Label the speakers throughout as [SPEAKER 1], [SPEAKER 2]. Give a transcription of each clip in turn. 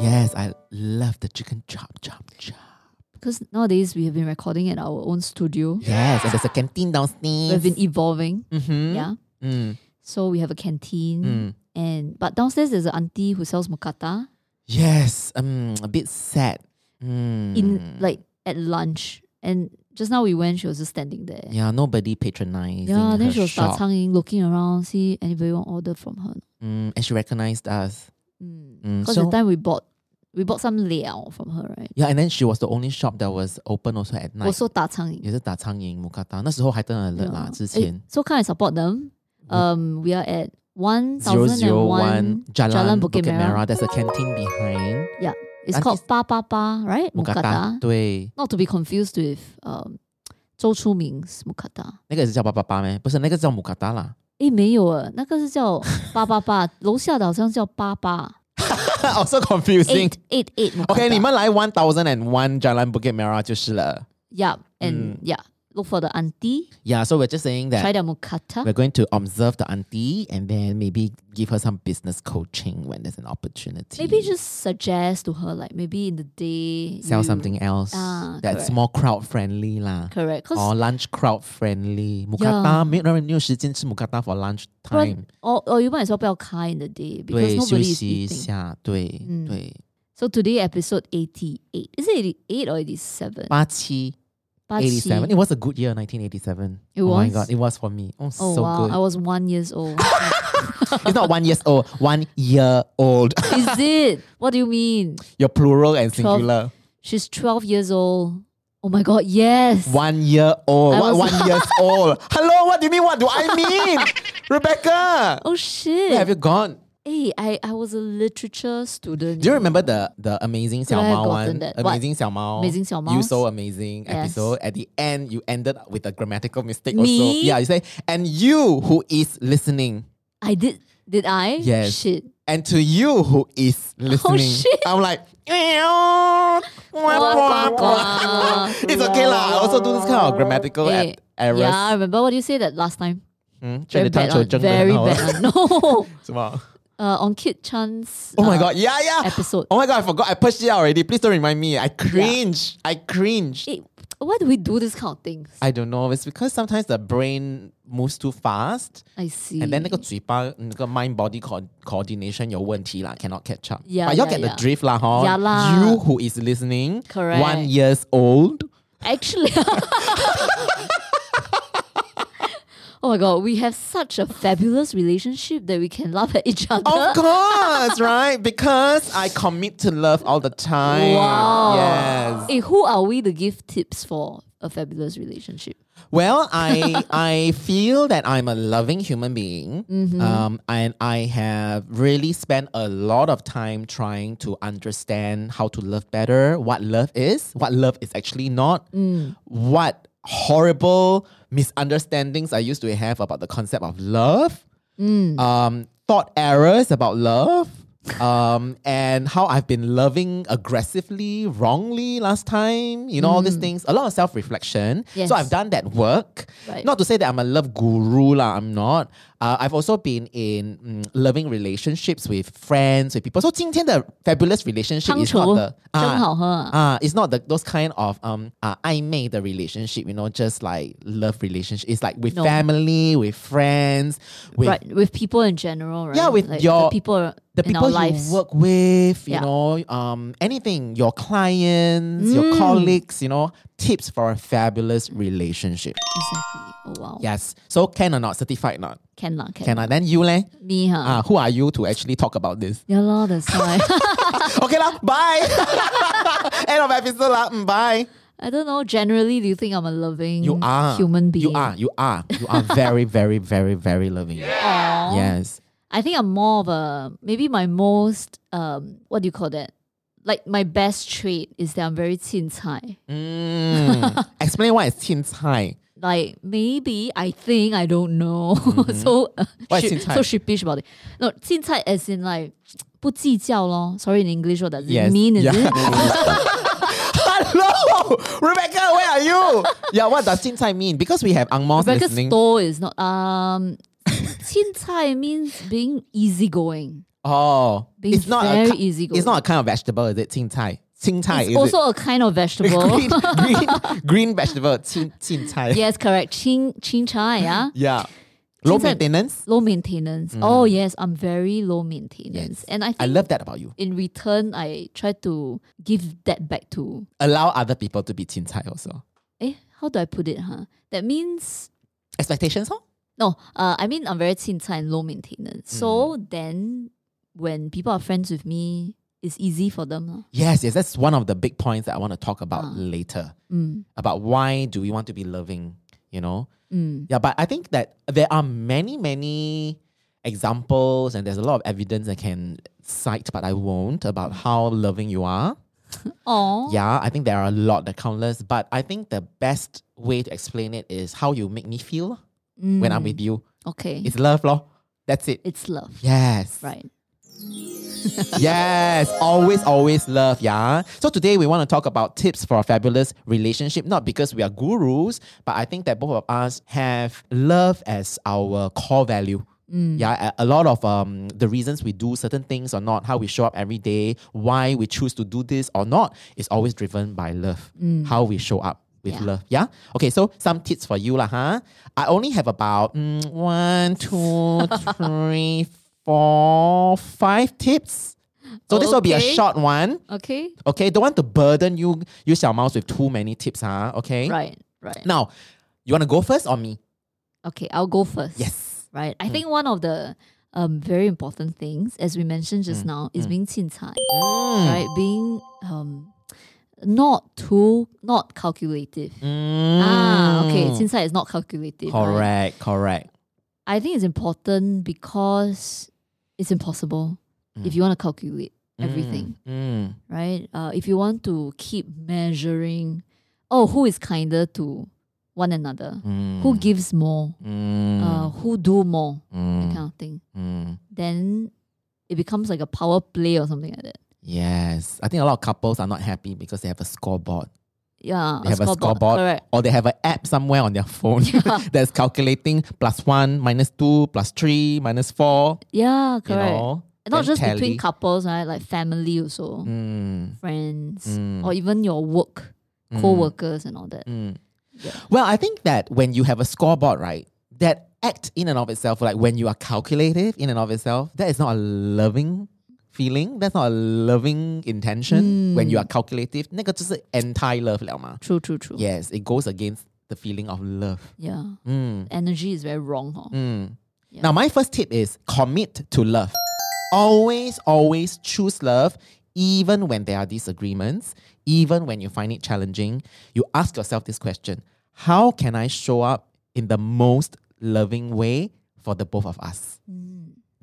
[SPEAKER 1] Yes, I love the chicken chop, chop, chop.
[SPEAKER 2] Because nowadays we have been recording in our own studio.
[SPEAKER 1] Yes, and there's a canteen downstairs.
[SPEAKER 2] We've been evolving.
[SPEAKER 1] mm-hmm.
[SPEAKER 2] e- Yeah.
[SPEAKER 1] Mm,
[SPEAKER 2] So we have a canteen.
[SPEAKER 1] mm.
[SPEAKER 2] And but downstairs there's an auntie who sells mokata
[SPEAKER 1] Yes, um, a bit sad. Mm.
[SPEAKER 2] in like at lunch. And just now we went, she was just standing there.
[SPEAKER 1] yeah, nobody patronized.
[SPEAKER 2] Yeah, then she was
[SPEAKER 1] shop.
[SPEAKER 2] 打苍蝇 looking around, see anybody want order from her.
[SPEAKER 1] Mm, and she recognized us. Mm,
[SPEAKER 2] Because
[SPEAKER 1] so-
[SPEAKER 2] the time we bought we bought some liao from her, right?
[SPEAKER 1] Yeah, and then she was the only shop that was open also at night.
[SPEAKER 2] Also 打苍蝇.
[SPEAKER 1] 也是打苍蝇 Mookata. 那时候 High Turn Alert
[SPEAKER 2] Yeah.
[SPEAKER 1] 啦，之前
[SPEAKER 2] Eh, So can I support them? Um we are at one
[SPEAKER 1] zero
[SPEAKER 2] thousand
[SPEAKER 1] zero
[SPEAKER 2] and
[SPEAKER 1] one
[SPEAKER 2] one
[SPEAKER 1] Jalan
[SPEAKER 2] Jalan
[SPEAKER 1] Bukit
[SPEAKER 2] Bukit
[SPEAKER 1] Merah.
[SPEAKER 2] Merah.
[SPEAKER 1] There's a canteen behind
[SPEAKER 2] It's called Pa Pa Pa, right?
[SPEAKER 1] Mookata.
[SPEAKER 2] Mukata.
[SPEAKER 1] 对，那个也是叫
[SPEAKER 2] Not to be confused with um 周出明's Mukata.
[SPEAKER 1] 爸爸爸咩？不是，那个叫 Mookata 啦。
[SPEAKER 2] 诶，没有啊，那个是叫八八八，楼下的好像叫八八
[SPEAKER 1] oh, so confusing.
[SPEAKER 2] eight eight eight Mukata。
[SPEAKER 1] OK，你们来 one thousand and one Jalan Bukit Merah 就是了。
[SPEAKER 2] yeah and yeah look for the auntie
[SPEAKER 1] Yeah, so we're just saying that
[SPEAKER 2] try the mukata.
[SPEAKER 1] we're going to observe the auntie and then maybe give her some business coaching when there's an opportunity.
[SPEAKER 2] Maybe just suggest to her like maybe in the day
[SPEAKER 1] sell
[SPEAKER 2] you-
[SPEAKER 1] something else
[SPEAKER 2] Ah,
[SPEAKER 1] that's
[SPEAKER 2] correct.
[SPEAKER 1] more crowd friendly lah.
[SPEAKER 2] Correct, cause
[SPEAKER 1] or lunch crowd friendly. Mukata 没有人有时间吃 mukata for lunch
[SPEAKER 2] 不然
[SPEAKER 1] time，
[SPEAKER 2] or or you might as well 不要开 in the day because
[SPEAKER 1] 对，休
[SPEAKER 2] nobody is
[SPEAKER 1] 息一
[SPEAKER 2] eating. Hmm.
[SPEAKER 1] 下，对、对，
[SPEAKER 2] So today episode eighty eight. Is it eighty eight or eighty seven?
[SPEAKER 1] 八七 eighty seven，it was a good year nineteen eighty seven。
[SPEAKER 2] It
[SPEAKER 1] oh my
[SPEAKER 2] was?
[SPEAKER 1] god, it was for me. Oh,
[SPEAKER 2] Oh
[SPEAKER 1] so
[SPEAKER 2] wow, I
[SPEAKER 1] good.
[SPEAKER 2] was one years old.
[SPEAKER 1] It's not one years old, one year old.
[SPEAKER 2] is it? What do you mean?
[SPEAKER 1] Your plural and
[SPEAKER 2] Twelve.
[SPEAKER 1] singular.
[SPEAKER 2] She's twelve years old. Oh my god, yes.
[SPEAKER 1] One year old.
[SPEAKER 2] I
[SPEAKER 1] What
[SPEAKER 2] was-
[SPEAKER 1] one years old? Hello, what do you mean? What do I mean? Rebecca,
[SPEAKER 2] Oh shit.
[SPEAKER 1] where have you gone?
[SPEAKER 2] Hey, I, I was a literature student.
[SPEAKER 1] Do you remember the the amazing
[SPEAKER 2] I
[SPEAKER 1] Xiao
[SPEAKER 2] have
[SPEAKER 1] Mao one?
[SPEAKER 2] gotten that? What?
[SPEAKER 1] Amazing Xiao Mao.
[SPEAKER 2] Amazing Xiao
[SPEAKER 1] You
[SPEAKER 2] Mao's?
[SPEAKER 1] so amazing
[SPEAKER 2] Yes.
[SPEAKER 1] episode. At the end, you ended up with a grammatical mistake also.
[SPEAKER 2] Me?
[SPEAKER 1] Yeah, you say, and you who is listening,
[SPEAKER 2] I did did I?
[SPEAKER 1] Yes.
[SPEAKER 2] Shit.
[SPEAKER 1] and to you who is listening.
[SPEAKER 2] Oh, shit.
[SPEAKER 1] I'm like, "Meow, wah, wah, wah."
[SPEAKER 2] Wah,
[SPEAKER 1] it's okay lah. I also do this kind of grammatical
[SPEAKER 2] Eh,
[SPEAKER 1] e- errors.
[SPEAKER 2] Yeah, I remember what you say that last time.
[SPEAKER 1] Hmm?
[SPEAKER 2] Very bad. one,
[SPEAKER 1] 觉得汤头蒸得很
[SPEAKER 2] very
[SPEAKER 1] 好。
[SPEAKER 2] bad. one. No.
[SPEAKER 1] 什么？
[SPEAKER 2] Uh, on Kit Chan's
[SPEAKER 1] Oh my
[SPEAKER 2] uh,
[SPEAKER 1] god, yeah, yeah.
[SPEAKER 2] episode.
[SPEAKER 1] Oh my god, I forgot. I pushed it out already. Please don't remind me. I cringe. I cringe.
[SPEAKER 2] Eh, why do we do this kind of things?
[SPEAKER 1] I don't know. It's because sometimes the brain moves too fast,
[SPEAKER 2] I see.
[SPEAKER 1] and then 那个嘴巴那个 mind body co- coordination 有问题啦 cannot catch up.
[SPEAKER 2] Yeah,
[SPEAKER 1] but y'all
[SPEAKER 2] yeah,
[SPEAKER 1] get
[SPEAKER 2] yeah.
[SPEAKER 1] the drift lah, hor.
[SPEAKER 2] Yeah lah.
[SPEAKER 1] You who is listening,
[SPEAKER 2] Correct.
[SPEAKER 1] one years old.
[SPEAKER 2] actually. Oh my god, we have such a fabulous relationship that we can laugh at each other.
[SPEAKER 1] Of course, right? Because I commit to love all the time.
[SPEAKER 2] Wow.
[SPEAKER 1] Oh, Yes.
[SPEAKER 2] Eh, who are we to give tips for a fabulous relationship?
[SPEAKER 1] Well, I I feel that I'm a loving human being, um, and I have really spent a lot of time trying to understand how to love better, what love is, what love is actually not, what horrible misunderstandings I used to have about the concept of love, um, thought errors about love. Um, and how I've been loving aggressively, wrongly last time, you know, all these things, a lot of self reflection. So
[SPEAKER 2] Yes.
[SPEAKER 1] I've done done that work.
[SPEAKER 2] Right.
[SPEAKER 1] Not to say that I'm a love guru, lah. I'm not. Uh, I've also been in mm, loving relationships with friends, with people. So 今天的 fabulous relationship is
[SPEAKER 2] 汤
[SPEAKER 1] not
[SPEAKER 2] 稠，
[SPEAKER 1] the
[SPEAKER 2] 真好喝啊。
[SPEAKER 1] uh, it's not the those kind of um uh, made the relationship, you know, just like love relationship. It's like with
[SPEAKER 2] No.
[SPEAKER 1] family, with friends, with
[SPEAKER 2] right, with people in general, right?
[SPEAKER 1] Yeah, with
[SPEAKER 2] like the
[SPEAKER 1] your-
[SPEAKER 2] people
[SPEAKER 1] the
[SPEAKER 2] in
[SPEAKER 1] people
[SPEAKER 2] our
[SPEAKER 1] you
[SPEAKER 2] lives.
[SPEAKER 1] work with, you
[SPEAKER 2] Yeah.
[SPEAKER 1] know, um, anything, your clients, your
[SPEAKER 2] Mm.
[SPEAKER 1] colleagues, you know, tips for a fabulous relationship.
[SPEAKER 2] Exactly. Oh wow.
[SPEAKER 1] Yes. So can or not, certified not.
[SPEAKER 2] Can lah, can.
[SPEAKER 1] Can I then you leh?
[SPEAKER 2] Me huh?
[SPEAKER 1] Ah, who are you to actually talk about this?
[SPEAKER 2] Yeah lah, that's why.
[SPEAKER 1] okay lah, bye. End of episode lah, mm, bye.
[SPEAKER 2] I don't know. Generally, do you think I'm a loving
[SPEAKER 1] You are
[SPEAKER 2] Mm, human being?
[SPEAKER 1] You are. You are. You are very, very, very, very loving.
[SPEAKER 2] Aw.
[SPEAKER 1] Yes.
[SPEAKER 2] I think I'm more of a maybe my most um what do you call that? Like my best trait is that I'm very 青菜.
[SPEAKER 1] Mm. Explain why it's chin tai.
[SPEAKER 2] Like maybe I think I don't know. so uh,
[SPEAKER 1] Mm-hmm. Why
[SPEAKER 2] she-
[SPEAKER 1] 青菜?
[SPEAKER 2] so sheepish about it. No, 青菜 as in like 不计较 lor. Sorry in English, what does
[SPEAKER 1] Yes.
[SPEAKER 2] it mean? Is
[SPEAKER 1] Yeah.
[SPEAKER 2] it?
[SPEAKER 1] Hello, Rebecca. Where are you? yeah. What does chin tai mean? Because we have ang mo's
[SPEAKER 2] Rebecca's
[SPEAKER 1] listening.
[SPEAKER 2] store is not um 青菜 means being easygoing.
[SPEAKER 1] Oh,
[SPEAKER 2] Being
[SPEAKER 1] it's not
[SPEAKER 2] very
[SPEAKER 1] a, ki-
[SPEAKER 2] easygoing.
[SPEAKER 1] It's not a kind of vegetable, is it? Qing tai. Qing tai
[SPEAKER 2] It's
[SPEAKER 1] Ah, is
[SPEAKER 2] also a kind of
[SPEAKER 1] it?
[SPEAKER 2] vegetable.
[SPEAKER 1] green, green, green vegetable. Qing, qing tai.
[SPEAKER 2] yes, correct. Chin chin chai, yeah.
[SPEAKER 1] Yeah. Low
[SPEAKER 2] Qing tai-
[SPEAKER 1] maintenance.
[SPEAKER 2] Low maintenance. Oh yes, I'm very low maintenance, and I think
[SPEAKER 1] Mm. I love that about you.
[SPEAKER 2] in return I try to give that back to.
[SPEAKER 1] Allow other people to be qing tai also.
[SPEAKER 2] Eh, how do I put it? Huh? That means
[SPEAKER 1] Expectations, huh?
[SPEAKER 2] no. Uh, I mean I'm very chin chai and low maintenance. So
[SPEAKER 1] Mm.
[SPEAKER 2] then, when people are friends with me, it's easy for them. lah.
[SPEAKER 1] Yes, yes. That's one of the big points that I want to talk about later.
[SPEAKER 2] Mm,
[SPEAKER 1] About why do we want to be loving, you know?
[SPEAKER 2] mm,
[SPEAKER 1] Yeah, but I think that there are many, many examples and there's a lot of evidence I can cite, but I won't, about how loving you are.
[SPEAKER 2] Aw.
[SPEAKER 1] Yeah, I think there are a lot, the countless, but I think the best way to explain it is how you make me feel when I'm with you.
[SPEAKER 2] Okay. It's,
[SPEAKER 1] It's love, lor. That's it.
[SPEAKER 2] love.
[SPEAKER 1] Yes.
[SPEAKER 2] Right.
[SPEAKER 1] Yes. Always, always love. Yeah. So today we want to talk about tips for a fabulous relationship, not because we are gurus, but I think that both of us have love as our core value. Yeah, a a lot of um, the reasons we do certain things or not, how we show up every day, why we choose to do this or not, is always driven by love. How we show up with
[SPEAKER 2] Yeah.
[SPEAKER 1] love. Yeah. Okay. So some tips for you, lah, huh? I only have about mm, one, two, three, four, five tips. So this will be a
[SPEAKER 2] Okay.
[SPEAKER 1] short one.
[SPEAKER 2] Okay.
[SPEAKER 1] Okay. Don't want to burden you, you Xiao Mouse, with too many tips, huh? Okay.
[SPEAKER 2] Right. Right.
[SPEAKER 1] Now, you want to go first or me?
[SPEAKER 2] Okay, I'll go first.
[SPEAKER 1] Yes. Mm.
[SPEAKER 2] Right. I think one of the um, very important things, as we mentioned just now, is being chin cai,
[SPEAKER 1] Mm.
[SPEAKER 2] right? Being um, not too, not calculative. Ah, okay.
[SPEAKER 1] Mm.
[SPEAKER 2] Chin cai is not calculative. right?
[SPEAKER 1] Correct. Correct.
[SPEAKER 2] I think it's important because it's impossible
[SPEAKER 1] Hmm.
[SPEAKER 2] if you want to calculate everything,
[SPEAKER 1] Mm.
[SPEAKER 2] right? Uh, if you want to keep measuring, oh, who is kinder to one another?
[SPEAKER 1] Mm.
[SPEAKER 2] Who gives more?
[SPEAKER 1] Mm.
[SPEAKER 2] Uh, who do more? That
[SPEAKER 1] Mm.
[SPEAKER 2] kind of thing.
[SPEAKER 1] Mm.
[SPEAKER 2] then it becomes like a power play or something like that.
[SPEAKER 1] Yes. I think a lot of couples are not happy because they have a scoreboard
[SPEAKER 2] Yeah,
[SPEAKER 1] They have a scoreboard.
[SPEAKER 2] Correct.
[SPEAKER 1] or they have an app somewhere on their phone that's calculating plus one, minus two, plus three, minus four,
[SPEAKER 2] Yeah, correct.
[SPEAKER 1] you know.
[SPEAKER 2] And not
[SPEAKER 1] then
[SPEAKER 2] just
[SPEAKER 1] tally.
[SPEAKER 2] between couples, right? Like family also,
[SPEAKER 1] Mm.
[SPEAKER 2] friends,
[SPEAKER 1] Mm.
[SPEAKER 2] or even your work,
[SPEAKER 1] Mm.
[SPEAKER 2] co-workers and all that.
[SPEAKER 1] Mm.
[SPEAKER 2] Yeah.
[SPEAKER 1] Well, I think that when you have a scoreboard, right, that act in and of itself, like when you are calculative in and of itself, that is not a loving feeling. That's not a loving intention when you are calculative. 那个就是 anti love
[SPEAKER 2] True, true, true.
[SPEAKER 1] Yes, it goes against the feeling of love.
[SPEAKER 2] Yeah.
[SPEAKER 1] Mm,
[SPEAKER 2] Energy is very wrong. Huh?
[SPEAKER 1] mm.
[SPEAKER 2] Yeah.
[SPEAKER 1] Now, my first tip is commit to love. Always, always choose love, even when there are disagreements, even when you find it challenging. You ask yourself this question How can I show up in the most loving way for the both of us?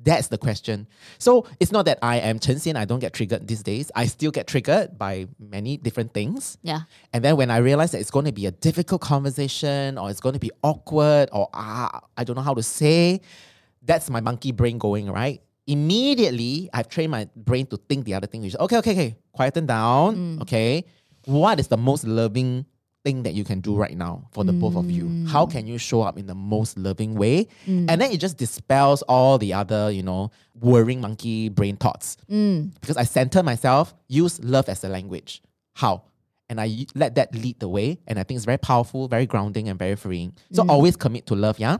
[SPEAKER 1] That's the question. So it's not that I am Chen Xian, I don't get triggered these days. I still get triggered by many different things.
[SPEAKER 2] Yeah.
[SPEAKER 1] And then when I realize that it's going to be a difficult conversation or it's going to be awkward or ah, I don't know how to say, that's my monkey brain going, right? Immediately, I've trained my brain to think the other thing, which is okay, okay, okay, quieten down, okay? What is the most loving thing that you can do right now for the both of
[SPEAKER 2] Mm.
[SPEAKER 1] you? How can you show up in the most loving way? And then it just dispels all the other, you know, worrying monkey brain thoughts
[SPEAKER 2] Mm,
[SPEAKER 1] because I center myself, use love as a language. How? And I y- let that lead the way. And I think it's very powerful, very grounding, and very freeing. So
[SPEAKER 2] Mm.
[SPEAKER 1] always commit to love, yeah?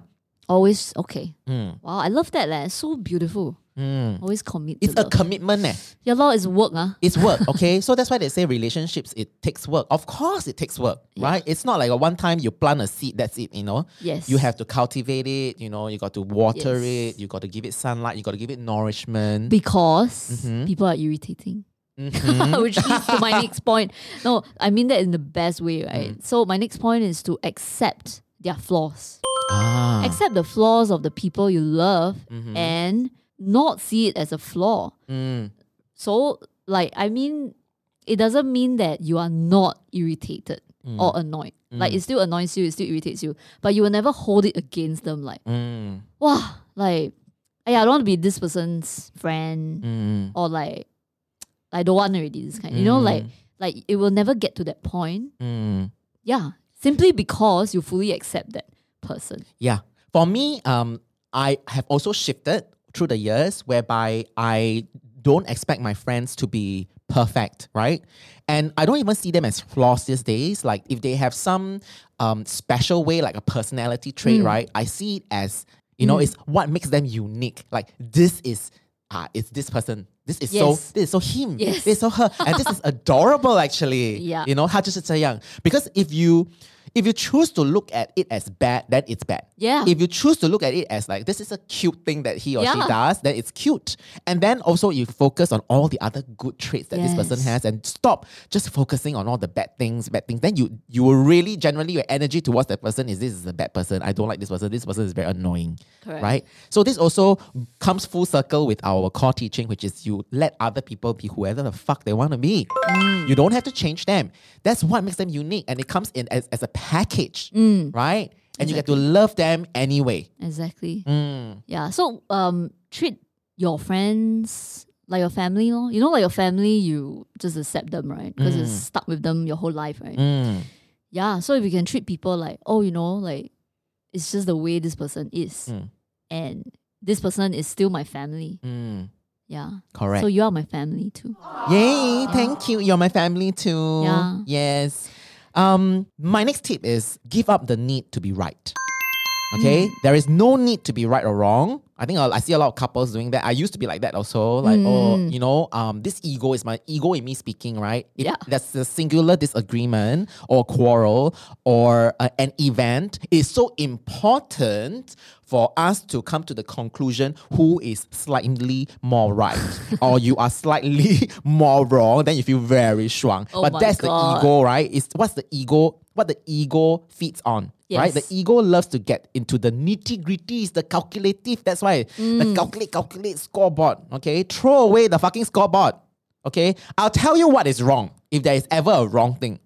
[SPEAKER 2] always okay.
[SPEAKER 1] Mm.
[SPEAKER 2] Wow, I love that. Like, so beautiful.
[SPEAKER 1] Mm.
[SPEAKER 2] Always commit.
[SPEAKER 1] It's
[SPEAKER 2] to
[SPEAKER 1] a
[SPEAKER 2] love.
[SPEAKER 1] commitment, eh?
[SPEAKER 2] Your law is work, huh?
[SPEAKER 1] It's work, okay? so that's why they say relationships, it takes work. Of course, it takes work, right? It's not like a one time you plant a seed, that's it, you know?
[SPEAKER 2] Yes.
[SPEAKER 1] You have to cultivate it, you know, you got to water
[SPEAKER 2] Yes.
[SPEAKER 1] it, you got to give it sunlight, you got to give it nourishment.
[SPEAKER 2] because
[SPEAKER 1] Mm-hmm.
[SPEAKER 2] people are irritating. Which leads to my next point. No, I mean that in the best way, right?
[SPEAKER 1] Mm.
[SPEAKER 2] So my next point is to accept their flaws.
[SPEAKER 1] ah.
[SPEAKER 2] Accept the flaws of the people you love
[SPEAKER 1] Mm-hmm.
[SPEAKER 2] and not see it as a flaw.
[SPEAKER 1] Mm.
[SPEAKER 2] So like I mean it doesn't mean that you are not irritated
[SPEAKER 1] Mm-hmm. Mm.
[SPEAKER 2] or annoyed. Like it still annoys you, it still irritates you. But you will never hold it against them like,
[SPEAKER 1] Mm.
[SPEAKER 2] wow, like "Aiya, I don't want to be this person's friend
[SPEAKER 1] Mm.
[SPEAKER 2] or like I don't want already this kind. You know, like like it will never get to that point.
[SPEAKER 1] Mm.
[SPEAKER 2] Yeah. Simply because you fully accept that person.
[SPEAKER 1] Yeah. For me, um, I have also shifted through the years whereby I don't expect my friends to be perfect, right? And I don't even see them as flaws these days. Like if they have some um, special way, like a personality trait,
[SPEAKER 2] Mm.
[SPEAKER 1] right? I see it as you know, it's what makes them unique. Like this is ah, it's this person. This is so
[SPEAKER 2] Yes.
[SPEAKER 1] this is so him.
[SPEAKER 2] Yes.
[SPEAKER 1] This is so her. And this is adorable actually.
[SPEAKER 2] Yeah.
[SPEAKER 1] You know, 他就是这样. Because if you if you choose to look at it as bad, then it's bad.
[SPEAKER 2] Yeah.
[SPEAKER 1] If you choose to look at it as like this is a cute thing that he or she
[SPEAKER 2] Yeah.
[SPEAKER 1] does, then it's cute. And then also you focus on all the other good traits that this person
[SPEAKER 2] Yes.
[SPEAKER 1] has and stop just focusing on all the bad things, bad things. Then you you will really generally your energy towards that person is this is a bad person. I don't like this person. This person is very annoying.
[SPEAKER 2] Correct.
[SPEAKER 1] Right? So this also comes full circle with our core teaching, which is you let other people be whoever the fuck they want to be. You don't have to change them. That's what makes them unique. And it comes in as, as a package.
[SPEAKER 2] Mm.
[SPEAKER 1] Right? And you get to love them anyway.
[SPEAKER 2] Exactly.
[SPEAKER 1] Mm.
[SPEAKER 2] Yeah. So um treat your friends like your family, lor. You know, like your family, you just accept them, right? Because you're stuck with them your whole life, right?
[SPEAKER 1] Mm.
[SPEAKER 2] Yeah. So if you can treat people like, oh, you know, like it's just the way this person is.
[SPEAKER 1] Mm.
[SPEAKER 2] And this person is still my family.
[SPEAKER 1] Mm.
[SPEAKER 2] Yeah.
[SPEAKER 1] Correct.
[SPEAKER 2] So you are my family too.
[SPEAKER 1] Yay, thank you. You're my family too.
[SPEAKER 2] Yeah.
[SPEAKER 1] Yes. Um, my next tip is give up the need to be right. Okay? There is no need to be right or wrong. I think I, I see a lot of couples doing that. I used to be like that also. Like, oh,
[SPEAKER 2] Mm.
[SPEAKER 1] you know, um, this ego is my ego in me speaking, right? If
[SPEAKER 2] Yeah.
[SPEAKER 1] That's a singular disagreement or quarrel or uh, an event is so important for us to come to the conclusion who is slightly more right or you are slightly more wrong, then you feel very strong.
[SPEAKER 2] Oh
[SPEAKER 1] but
[SPEAKER 2] my
[SPEAKER 1] that's the
[SPEAKER 2] God.
[SPEAKER 1] ego, right? It's what's the ego? What the ego feeds on, right? The
[SPEAKER 2] Yes.
[SPEAKER 1] ego loves to get into the nitty gritties, the calculative. That's why the calculate, calculate scoreboard. Okay, throw away the fucking scoreboard. Okay, I'll tell you what is wrong if there is ever a wrong thing.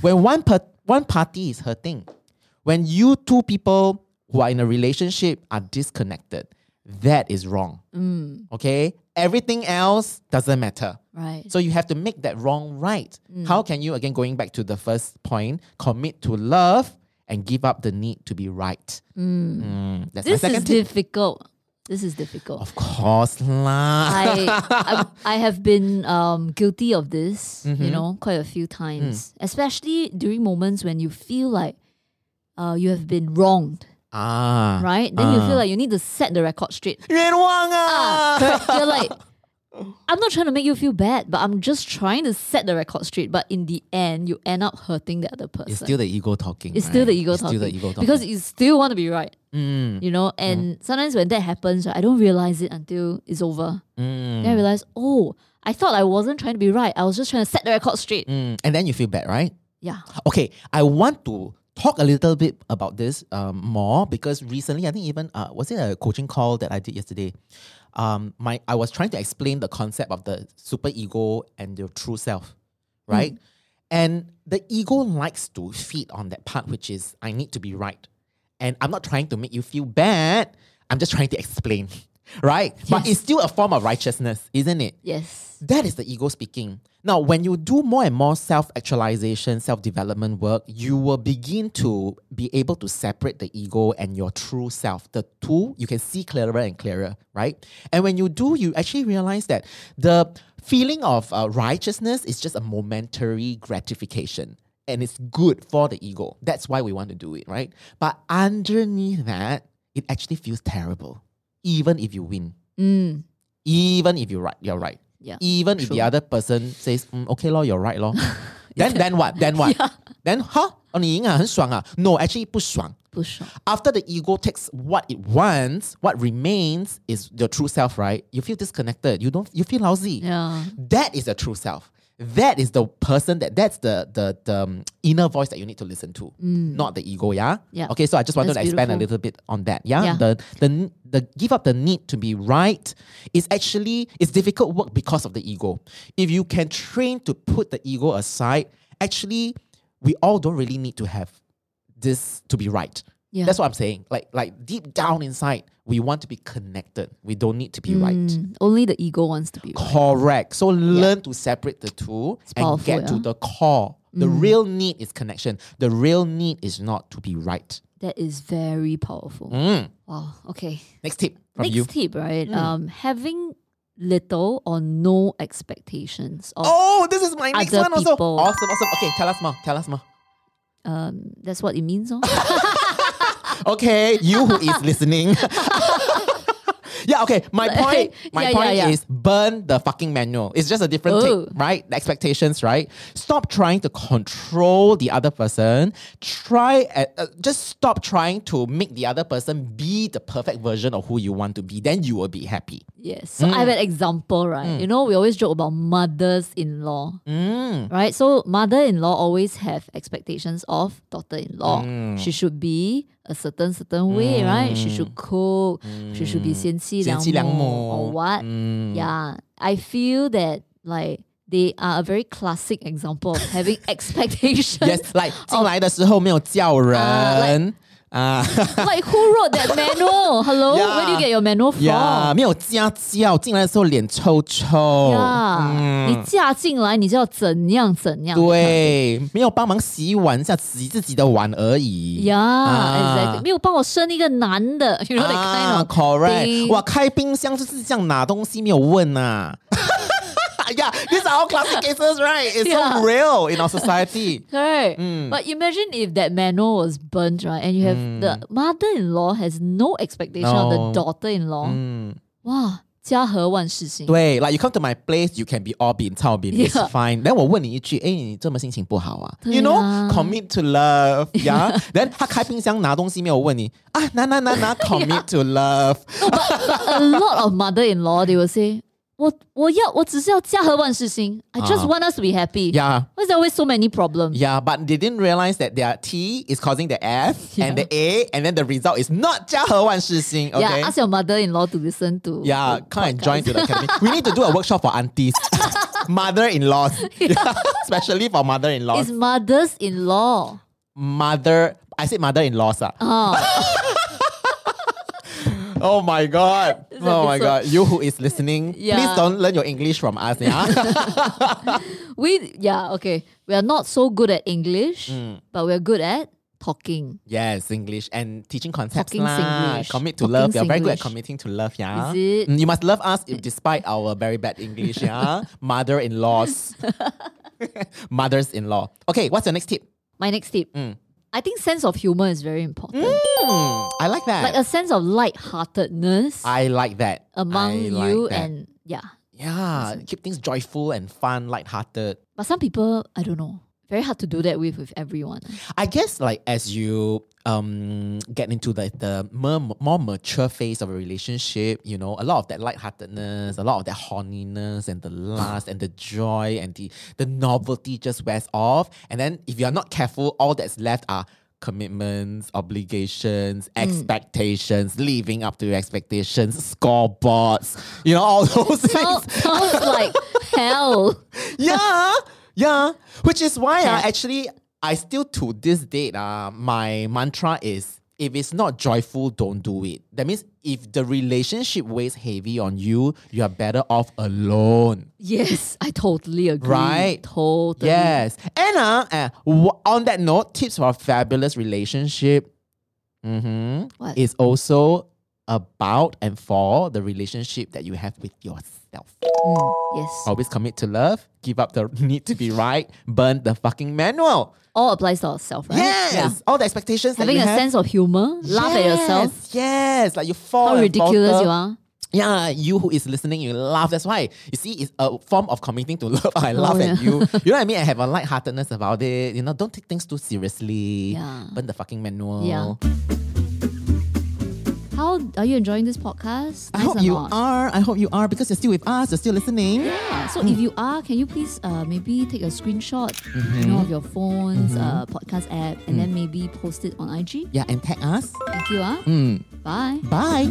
[SPEAKER 1] when one per- one party is hurting, when you two people who are in a relationship are disconnected, that is wrong. Okay, everything else doesn't matter.
[SPEAKER 2] Right.
[SPEAKER 1] So you have to make that wrong right.
[SPEAKER 2] Mm.
[SPEAKER 1] How can you, again, going back to the first point, commit to love and give up the need to be right? Mm, that's
[SPEAKER 2] this is
[SPEAKER 1] my second tip.
[SPEAKER 2] difficult. This is difficult.
[SPEAKER 1] Of course, lah.
[SPEAKER 2] I, I I have been um, guilty of this, you know, quite a few times, especially during moments when you feel like uh, you have been wronged,
[SPEAKER 1] ah.
[SPEAKER 2] right? Then you feel like you need to set the record straight.
[SPEAKER 1] 冤枉啊！ah.
[SPEAKER 2] You're like, I'm not trying to make you feel bad, but I'm just trying to set the record straight. But in the end, you end up hurting the other person.
[SPEAKER 1] It's still the ego talking.
[SPEAKER 2] It's still
[SPEAKER 1] right?
[SPEAKER 2] the ego
[SPEAKER 1] It's
[SPEAKER 2] talking.
[SPEAKER 1] Still the ego talking. Mm.
[SPEAKER 2] Because you still want to be right. You know, and sometimes when that happens, right, I don't realize it until it's over.
[SPEAKER 1] Mm.
[SPEAKER 2] Then I realize, oh, I thought I wasn't trying to be right. I was just trying to set the record straight.
[SPEAKER 1] Mm, and then you feel bad, right?
[SPEAKER 2] Yeah.
[SPEAKER 1] Okay, I want to talk a little bit about this um, more because recently, I think even uh, was it a coaching call that I did yesterday? Um, my I was trying to explain the concept of the super ego and your true self, right? And the ego likes to feed on that part, which is I need to be right, and I'm not trying to make you feel bad. I'm just trying to explain, right? But
[SPEAKER 2] Yes.
[SPEAKER 1] it's still a form of righteousness, isn't it?
[SPEAKER 2] Yes.
[SPEAKER 1] That is the ego speaking. Now, when you do more and more self actualization, self development work, you will begin to be able to separate the ego and your true self. The two, you can see clearer and clearer, right? And when you do, you actually realize that the feeling of uh, righteousness is just a momentary gratification and it's good for the ego. That's why we want to do it, right? But underneath that, it actually feels terrible, even if you win
[SPEAKER 2] Mm.
[SPEAKER 1] even if you're right, you're right.
[SPEAKER 2] Yeah.
[SPEAKER 1] Even if the
[SPEAKER 2] True.
[SPEAKER 1] other person says, "Mm, okay lor, you're right lor. then then what? Then what? Then huh? Oh, 你赢啊，很爽啊。No, actually 不爽。
[SPEAKER 2] Push on.
[SPEAKER 1] After the ego takes what it wants, what remains is your true self, right? You feel disconnected. You don't. You feel lousy.
[SPEAKER 2] Yeah.
[SPEAKER 1] That is the true self. That is the person that that's the the, the um, inner voice that you need to listen to, not the ego. Yeah.
[SPEAKER 2] Mm. Yeah.
[SPEAKER 1] Okay. So I just wanted
[SPEAKER 2] That's
[SPEAKER 1] to expand a
[SPEAKER 2] beautiful.
[SPEAKER 1] little bit on that. Yeah.
[SPEAKER 2] Yeah.
[SPEAKER 1] The the the give up the need to be right is actually it's difficult work because of the ego. If you can train to put the ego aside, actually, we all don't really need to have this to be right.
[SPEAKER 2] Yeah.
[SPEAKER 1] That's what I'm saying. Like like deep down inside, we want to be connected. We don't need to be right.
[SPEAKER 2] Mm. Only the ego wants to be right.
[SPEAKER 1] Correct. So learn to separate the two and
[SPEAKER 2] powerful,
[SPEAKER 1] get to
[SPEAKER 2] yeah. Mm.
[SPEAKER 1] the core The real need is connection. The real need is not to be right.
[SPEAKER 2] That is very powerful.
[SPEAKER 1] Mm.
[SPEAKER 2] Wow. Okay.
[SPEAKER 1] Next tip from
[SPEAKER 2] Next
[SPEAKER 1] you. Mm.
[SPEAKER 2] tip, right? Um, having little or no expectations. Of,
[SPEAKER 1] Oh, this is my next
[SPEAKER 2] Other
[SPEAKER 1] one also.
[SPEAKER 2] people.
[SPEAKER 1] Awesome, awesome. Okay, tell us more. Tell us more. Oh.
[SPEAKER 2] um, that's what it means. Oh.
[SPEAKER 1] Okay, you who is listening. yeah, okay. My point my
[SPEAKER 2] Yeah, yeah,
[SPEAKER 1] point
[SPEAKER 2] yeah.
[SPEAKER 1] is burn the fucking manual. It's just a different
[SPEAKER 2] Oh.
[SPEAKER 1] thing, right? The expectations, right? Stop trying to control the other person. Try at, uh, just stop trying to make the other person be the perfect version of who you want to be. Then you will be happy.
[SPEAKER 2] Yes. So I have
[SPEAKER 1] Mm.
[SPEAKER 2] an example, right? You know, we always joke about mothers in law,
[SPEAKER 1] Mm.
[SPEAKER 2] right? So mother in law always have expectations of daughter in law.
[SPEAKER 1] Mm.
[SPEAKER 2] She should be a certain certain way, right? She should cook. She should be
[SPEAKER 1] Mm.
[SPEAKER 2] 贤妻良母
[SPEAKER 1] 贤妻良母。
[SPEAKER 2] or what?
[SPEAKER 1] Mm.
[SPEAKER 2] Yeah. I feel that like they are a very classic example of having expectations.
[SPEAKER 1] Yes, like
[SPEAKER 2] Oh.
[SPEAKER 1] 进来的时候没有叫人。
[SPEAKER 2] like-
[SPEAKER 1] 啊，
[SPEAKER 2] Uh, like who wrote that manual? Hello,
[SPEAKER 1] Yeah.
[SPEAKER 2] where do you get your manual from?
[SPEAKER 1] 呀，没有家教，进来的时候脸臭臭。
[SPEAKER 2] Yeah. 你嫁进来，你就要怎样怎样。
[SPEAKER 1] Mm. 对，没有帮忙洗碗一下，洗自己的碗而已。
[SPEAKER 2] Yeah,
[SPEAKER 1] 啊。
[SPEAKER 2] exactly. 没有帮我生一个男的，you know that
[SPEAKER 1] 啊
[SPEAKER 2] kind of
[SPEAKER 1] ，correct！
[SPEAKER 2] thing.
[SPEAKER 1] 哇，开冰箱就是这样拿东西没有问呐、 啊。yeah, these are all classic cases, right? It's
[SPEAKER 2] Yeah.
[SPEAKER 1] so real in our society. 嗯
[SPEAKER 2] Correct. But imagine if that manual was burnt, right? And you have the mother-in-law has no expectation
[SPEAKER 1] Mm。 No. Mm。
[SPEAKER 2] of the daughter-in-law. Wow, 家和万事兴。
[SPEAKER 1] 嗯对，like you come to my place, you can be all bin, 操 bin, it's
[SPEAKER 2] Yeah.
[SPEAKER 1] fine. Then 我问你一句，哎，你这么心情不好啊？You
[SPEAKER 2] 对
[SPEAKER 1] know,
[SPEAKER 2] 啊
[SPEAKER 1] commit to love, yeah. Then 他开冰箱拿东西没有问你啊，拿拿拿 拿，commit to love.
[SPEAKER 2] A lot of mother-in-law they will say, 我我要我只是要家和万事兴. I just
[SPEAKER 1] Ah.
[SPEAKER 2] want us to be happy.
[SPEAKER 1] Yeah.
[SPEAKER 2] Why is there always so many problems?
[SPEAKER 1] Yeah, but they didn't realize that their T is causing the F
[SPEAKER 2] Yeah.
[SPEAKER 1] and the A, and then the result is not 家和万事兴. Okay.
[SPEAKER 2] Yeah, ask Oh, your mother-in-law to listen to.
[SPEAKER 1] Yeah,
[SPEAKER 2] the
[SPEAKER 1] come and
[SPEAKER 2] podcast.
[SPEAKER 1] join to the academy. we need to do a workshop for aunties, mother-in-laws, especially for
[SPEAKER 2] It's
[SPEAKER 1] mother-in-laws.
[SPEAKER 2] mothers-in-law.
[SPEAKER 1] Mother, I said mother-in-laws. ah. oh my god! Oh my
[SPEAKER 2] episode.
[SPEAKER 1] god! You who is listening,
[SPEAKER 2] Yeah.
[SPEAKER 1] please don't learn your English from us. Yeah.
[SPEAKER 2] We yeah okay. We are not so good at English,
[SPEAKER 1] Mm.
[SPEAKER 2] but we're good at talking.
[SPEAKER 1] yes, English and teaching concepts
[SPEAKER 2] Talking
[SPEAKER 1] lah.
[SPEAKER 2] Singlish.
[SPEAKER 1] Commit to
[SPEAKER 2] Talking
[SPEAKER 1] love. You're very good at
[SPEAKER 2] Singlish.
[SPEAKER 1] committing to love. Yeah.
[SPEAKER 2] Is it?
[SPEAKER 1] Mm, You must love us if, despite our very bad English. Yeah. Mother-in-laws, mothers-in-law. Okay, what's your next tip?
[SPEAKER 2] My next tip,
[SPEAKER 1] Mm.
[SPEAKER 2] I think sense of humor is very important.
[SPEAKER 1] Hmm, I like that.
[SPEAKER 2] Like a sense of lightheartedness
[SPEAKER 1] I like that.
[SPEAKER 2] among
[SPEAKER 1] I like
[SPEAKER 2] you
[SPEAKER 1] that.
[SPEAKER 2] and yeah.
[SPEAKER 1] yeah, keep things joyful and fun, lighthearted.
[SPEAKER 2] But some people, I don't know, very hard to do that with with everyone.
[SPEAKER 1] I guess like as you um get into the the more, more mature phase of a relationship, you know, a lot of that lightheartedness, a lot of that horniness and the lust and the joy and the the novelty just wears off. And then if you're not careful, all that's left are commitments, obligations, expectations, living up to your expectations, scoreboards, you know, all those things.
[SPEAKER 2] Sounds, sounds like hell.
[SPEAKER 1] yeah, yeah. Which is why uh,
[SPEAKER 2] Cat.
[SPEAKER 1] actually I still to this date uh, my mantra is if it's not joyful, don't do it. That means if the relationship weighs heavy on you, you are better off alone.
[SPEAKER 2] Yes, I totally agree.
[SPEAKER 1] Right.
[SPEAKER 2] Totally.
[SPEAKER 1] Yes. And uh, uh, w- on that note, tips for a fabulous relationship mhm,
[SPEAKER 2] What?
[SPEAKER 1] is also about and for the relationship that you have with yourself.
[SPEAKER 2] Mm, yes.
[SPEAKER 1] Always commit to love. Give up the need to be right. Burn the fucking manual.
[SPEAKER 2] All applies to ourselves, right?
[SPEAKER 1] Yes.
[SPEAKER 2] Yeah.
[SPEAKER 1] All the expectations
[SPEAKER 2] Having a
[SPEAKER 1] that you have.
[SPEAKER 2] sense of humor, laugh at yourself.
[SPEAKER 1] Yes, Yes. Like you fall.
[SPEAKER 2] How
[SPEAKER 1] and
[SPEAKER 2] ridiculous
[SPEAKER 1] falter.
[SPEAKER 2] you are.
[SPEAKER 1] Yeah. You who is listening, you laugh. That's why you see it's a form of committing to love. I laugh
[SPEAKER 2] Oh,
[SPEAKER 1] at
[SPEAKER 2] yeah.
[SPEAKER 1] you. You know what I mean? I have a lightheartedness about it. You know, don't take things too seriously.
[SPEAKER 2] Yeah.
[SPEAKER 1] Burn the fucking manual.
[SPEAKER 2] Yeah. How are you enjoying this podcast?
[SPEAKER 1] I
[SPEAKER 2] Nice
[SPEAKER 1] hope
[SPEAKER 2] or
[SPEAKER 1] you
[SPEAKER 2] not?
[SPEAKER 1] are. I hope you are because you're still with us. You're still listening.
[SPEAKER 2] Yeah. So
[SPEAKER 1] Hmm.
[SPEAKER 2] if you are, can you please uh, maybe take a screenshot you know,
[SPEAKER 1] Mm-hmm.
[SPEAKER 2] of your phone's uh, podcast app
[SPEAKER 1] Hmm.
[SPEAKER 2] and then maybe post it on IG?
[SPEAKER 1] Yeah, and tag us.
[SPEAKER 2] Thank you. Ah.
[SPEAKER 1] Mm.
[SPEAKER 2] Bye.
[SPEAKER 1] Bye.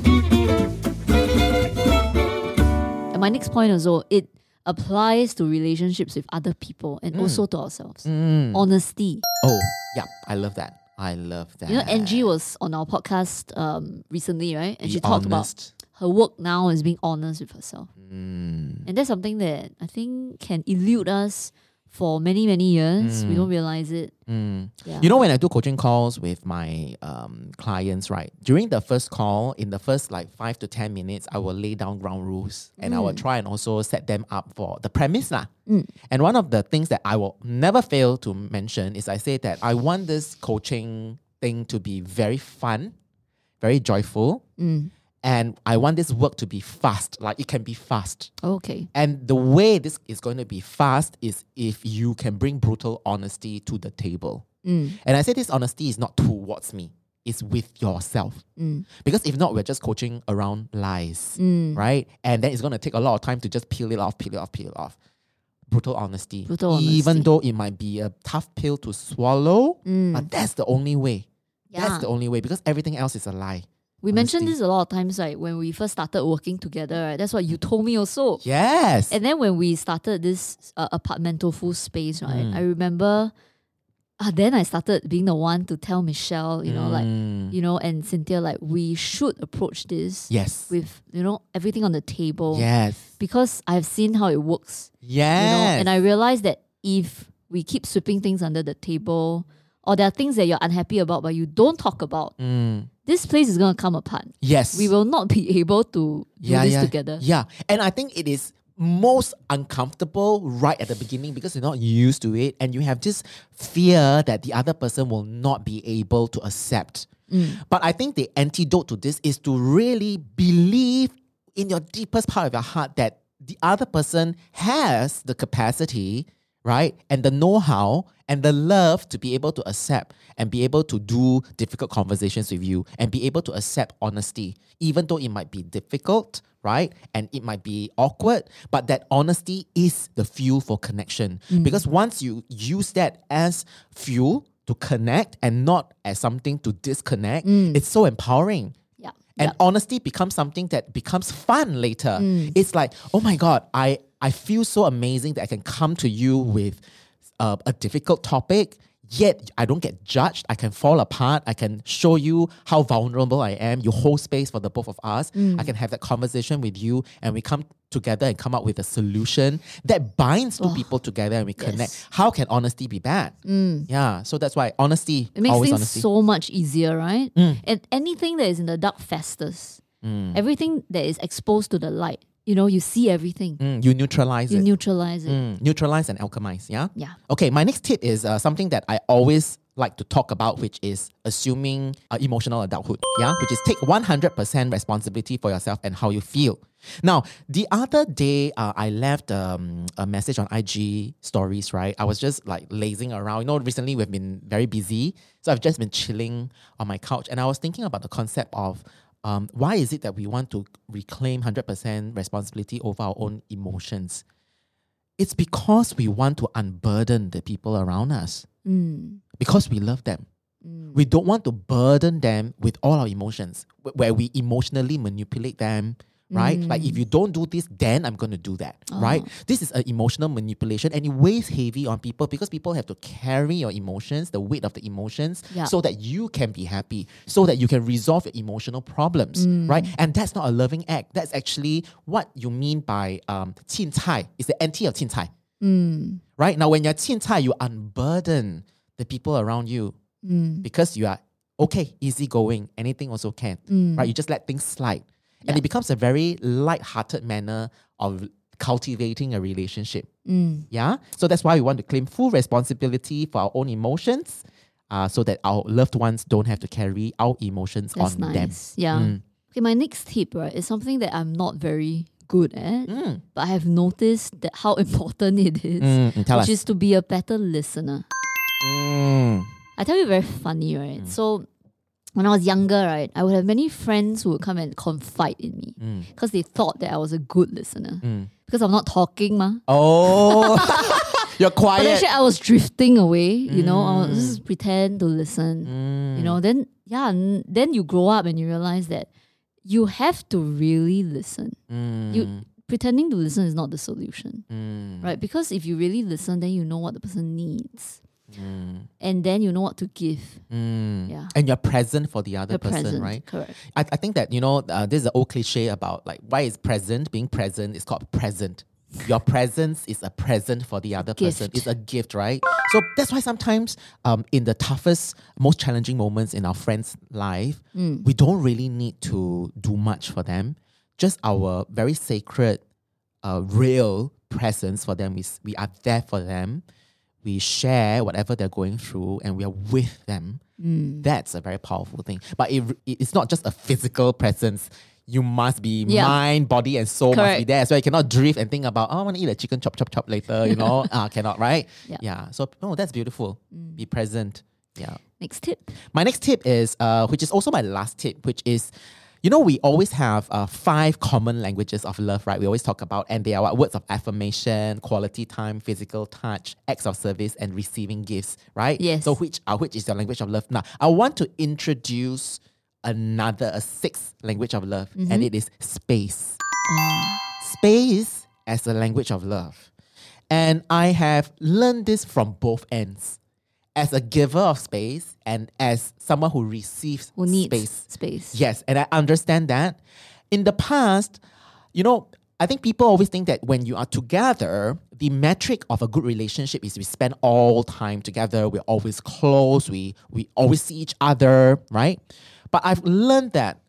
[SPEAKER 2] And my next point also, it applies to relationships with other people
[SPEAKER 1] Hmm.
[SPEAKER 2] and also to ourselves. Honesty.
[SPEAKER 1] Oh, yeah. I love that. I love that.
[SPEAKER 2] You know, Angie was on our podcast um, recently, right? And
[SPEAKER 1] Be
[SPEAKER 2] she talked about
[SPEAKER 1] honest.
[SPEAKER 2] her work now
[SPEAKER 1] Mm.
[SPEAKER 2] is being honest with herself. And that's something that I think can elude us for many, many years. We don't realize it. Yeah.
[SPEAKER 1] Mm. You know, when I do coaching calls with my um, clients, right? During the first call, in the first like five to 10 minutes, I will lay down ground rules and I will try and also set them up for the premise. Lah. And one of the things that I will never fail to mention is I say that I want this coaching thing to be very fun, very joyful, and I want this work to be fast. Like it can be fast.
[SPEAKER 2] Okay.
[SPEAKER 1] And the way this is going to be fast is if you can bring brutal honesty to the table.
[SPEAKER 2] Mm.
[SPEAKER 1] And I say this honesty is not towards me, it's with yourself.
[SPEAKER 2] Mm.
[SPEAKER 1] Because if not, we're just coaching around lies, right? And then it's going to take a lot of time to just peel it off, peel it off, peel it off. Brutal honesty.
[SPEAKER 2] Brutal honesty.
[SPEAKER 1] Even though it might be a tough pill to swallow, but that's the only
[SPEAKER 2] Mm.
[SPEAKER 1] way.
[SPEAKER 2] Yeah.
[SPEAKER 1] That's the only way because everything else is a lie.
[SPEAKER 2] We mentioned this a lot of times, right? When we first started working together, right? That's what you told me also.
[SPEAKER 1] Mm. Yes.
[SPEAKER 2] And then when we started this uh, apartmental full space, right?
[SPEAKER 1] Mm.
[SPEAKER 2] I remember uh, then I started being the one to tell Michelle, you know,
[SPEAKER 1] Mm.
[SPEAKER 2] like, you know, and Cynthia, like, we should approach this
[SPEAKER 1] yes.
[SPEAKER 2] with, you know, everything on the table.
[SPEAKER 1] Yes.
[SPEAKER 2] Because I've seen how it works, you know,
[SPEAKER 1] Yes.
[SPEAKER 2] and I realized that if we keep sweeping things under the table, or there are things that you're unhappy about but you don't talk about,
[SPEAKER 1] Mm.
[SPEAKER 2] this place is going to come apart.
[SPEAKER 1] yes.
[SPEAKER 2] We will not be able to do this
[SPEAKER 1] yeah,
[SPEAKER 2] together.
[SPEAKER 1] Yeah. And I think it is most uncomfortable right at the beginning because you're not used to it and you have this fear that the other person will not be able to accept.
[SPEAKER 2] Mm.
[SPEAKER 1] But I think the antidote to this is to really believe in your deepest part of your heart that the other person has the capacity, right? And the know how and the love to be able to accept and be able to do difficult conversations with you and be able to accept honesty, even though it might be difficult, right? And it might be awkward, but that honesty is the fuel for connection. Because once you use that as fuel, to connect and not as something to disconnect, it's so empowering.
[SPEAKER 2] Yeah. Mm.
[SPEAKER 1] And honesty becomes something that becomes fun later. It's like, oh my God, I, I feel so amazing that I can come to you with uh, a difficult topic, yet I don't get judged. I can fall apart. I can show you how vulnerable I am. You hold space for the both of us.
[SPEAKER 2] Mm.
[SPEAKER 1] I can have that conversation with you, and we come together and come up with a solution that binds two people together and we connect.
[SPEAKER 2] yes. Mm.
[SPEAKER 1] How can honesty be bad? Yeah, so that's why honesty,
[SPEAKER 2] It makes
[SPEAKER 1] always Mm.
[SPEAKER 2] things
[SPEAKER 1] honesty.
[SPEAKER 2] so much easier, right? And anything that is in the dark festers.
[SPEAKER 1] Mm.
[SPEAKER 2] Everything that is exposed to the light, you know, you see everything.
[SPEAKER 1] Mm, you neutralize
[SPEAKER 2] You
[SPEAKER 1] it.
[SPEAKER 2] neutralize it.
[SPEAKER 1] Mm, neutralize and alchemize. Yeah.
[SPEAKER 2] Yeah.
[SPEAKER 1] Okay. My next tip is uh, something that I always like to talk about, which is assuming uh, emotional adulthood. Yeah. Which is take 100% responsibility for yourself and how you feel. Now, the other day, uh, I left um, a message on IG stories, right? I was just like lazing around. You know, recently we've been very busy. So I've just been chilling on my couch and I was thinking about the concept of um, why is it that we want to reclaim 100% responsibility over our own emotions? It's because we want to unburden the people around us
[SPEAKER 2] Mm.
[SPEAKER 1] because we love them. We don't want to burden them with all our emotions, wh- where we emotionally manipulate them, right? Like, if you don't do this, then I'm going to do that, right? This is an emotional manipulation and it weighs heavy on people because people have to carry your emotions, the weight of the emotions,
[SPEAKER 2] Yeah.
[SPEAKER 1] so that you can be happy, so that you can resolve your emotional problems, right? And that's not a loving act. That's actually what you mean by um, 青菜. It's the anti of 青菜
[SPEAKER 2] Mm.
[SPEAKER 1] right? Now, when you're 青菜, you unburden the people around you
[SPEAKER 2] Mm.
[SPEAKER 1] because you are okay, easygoing, anything also can,
[SPEAKER 2] Mm.
[SPEAKER 1] right? You just let things slide. And it becomes a very light-hearted manner of cultivating a relationship.
[SPEAKER 2] Mm.
[SPEAKER 1] Yeah? So that's why we want to claim full responsibility for our own emotions uh, so that our loved ones don't have to carry our emotions
[SPEAKER 2] That's
[SPEAKER 1] on them. Mm.
[SPEAKER 2] nice. Yeah. Okay, my next tip, right, is something that I'm not very good at, but I have noticed that how important it is,
[SPEAKER 1] Mm, tell
[SPEAKER 2] which
[SPEAKER 1] us.
[SPEAKER 2] is to be a better listener.
[SPEAKER 1] Mm,
[SPEAKER 2] I tell you very funny, right? So when I was younger, right, I would have many friends who would come and confide in me
[SPEAKER 1] Mm.
[SPEAKER 2] because they thought that I was a good listener because I'm not talking, ma.
[SPEAKER 1] Oh, you're quiet.
[SPEAKER 2] But actually, I was drifting away. You know, I was
[SPEAKER 1] Mm.
[SPEAKER 2] just pretend to listen. You know, then yeah, n- then you grow up and you realize that you have to really listen.
[SPEAKER 1] Mm.
[SPEAKER 2] You pretending to listen is not the solution, right? Because if you really listen, then you know what the person needs,
[SPEAKER 1] Mm.
[SPEAKER 2] and then you know what to give. Yeah,
[SPEAKER 1] and you're present for Mm. the other
[SPEAKER 2] the
[SPEAKER 1] person,
[SPEAKER 2] present,
[SPEAKER 1] right?
[SPEAKER 2] Correct.
[SPEAKER 1] I, I think that you know uh, there's an old cliche about like why is present being present is called present your presence is a present for the other person.
[SPEAKER 2] Gift.
[SPEAKER 1] It's a gift, right? So that's why sometimes, um, in the toughest, most challenging moments in our friends' life, we don't really need to do much for them. Just our very sacred, uh, real presence for them. We, s- we are there for them. We share whatever they're going through, and we are with them.
[SPEAKER 2] Mm.
[SPEAKER 1] That's a very powerful thing. But it, it- it's not just a physical presence. You must be
[SPEAKER 2] Yeah.
[SPEAKER 1] mind, body, and soul must be
[SPEAKER 2] Correct.
[SPEAKER 1] there as well. You cannot drift and think about, oh, I want to eat a chicken chop, chop, chop later, you know? uh, cannot, right?
[SPEAKER 2] Yeah. Mm.
[SPEAKER 1] So, oh, that's beautiful. Be present. Yeah.
[SPEAKER 2] Next tip.
[SPEAKER 1] My next tip is, uh, which is also my last tip, which is, you know, we always have uh, five common languages of love, right? We always talk about, and they are what? Words of affirmation, quality time, physical touch, acts of service, and receiving gifts, right?
[SPEAKER 2] Yes.
[SPEAKER 1] So, which uh, which is your language of love? Now, I want to introduce another, a sixth language of love, and it is space space as a language of love. And I have learned this from both ends as a giver of space and as someone who receives
[SPEAKER 2] Who needs
[SPEAKER 1] space.
[SPEAKER 2] space? Space.
[SPEAKER 1] Yes, and I understand that. In the past, you know, I think people always think that when you are together, the metric of a good relationship is we spend all time together, we're always close, we we always see each other, right? But I've learned that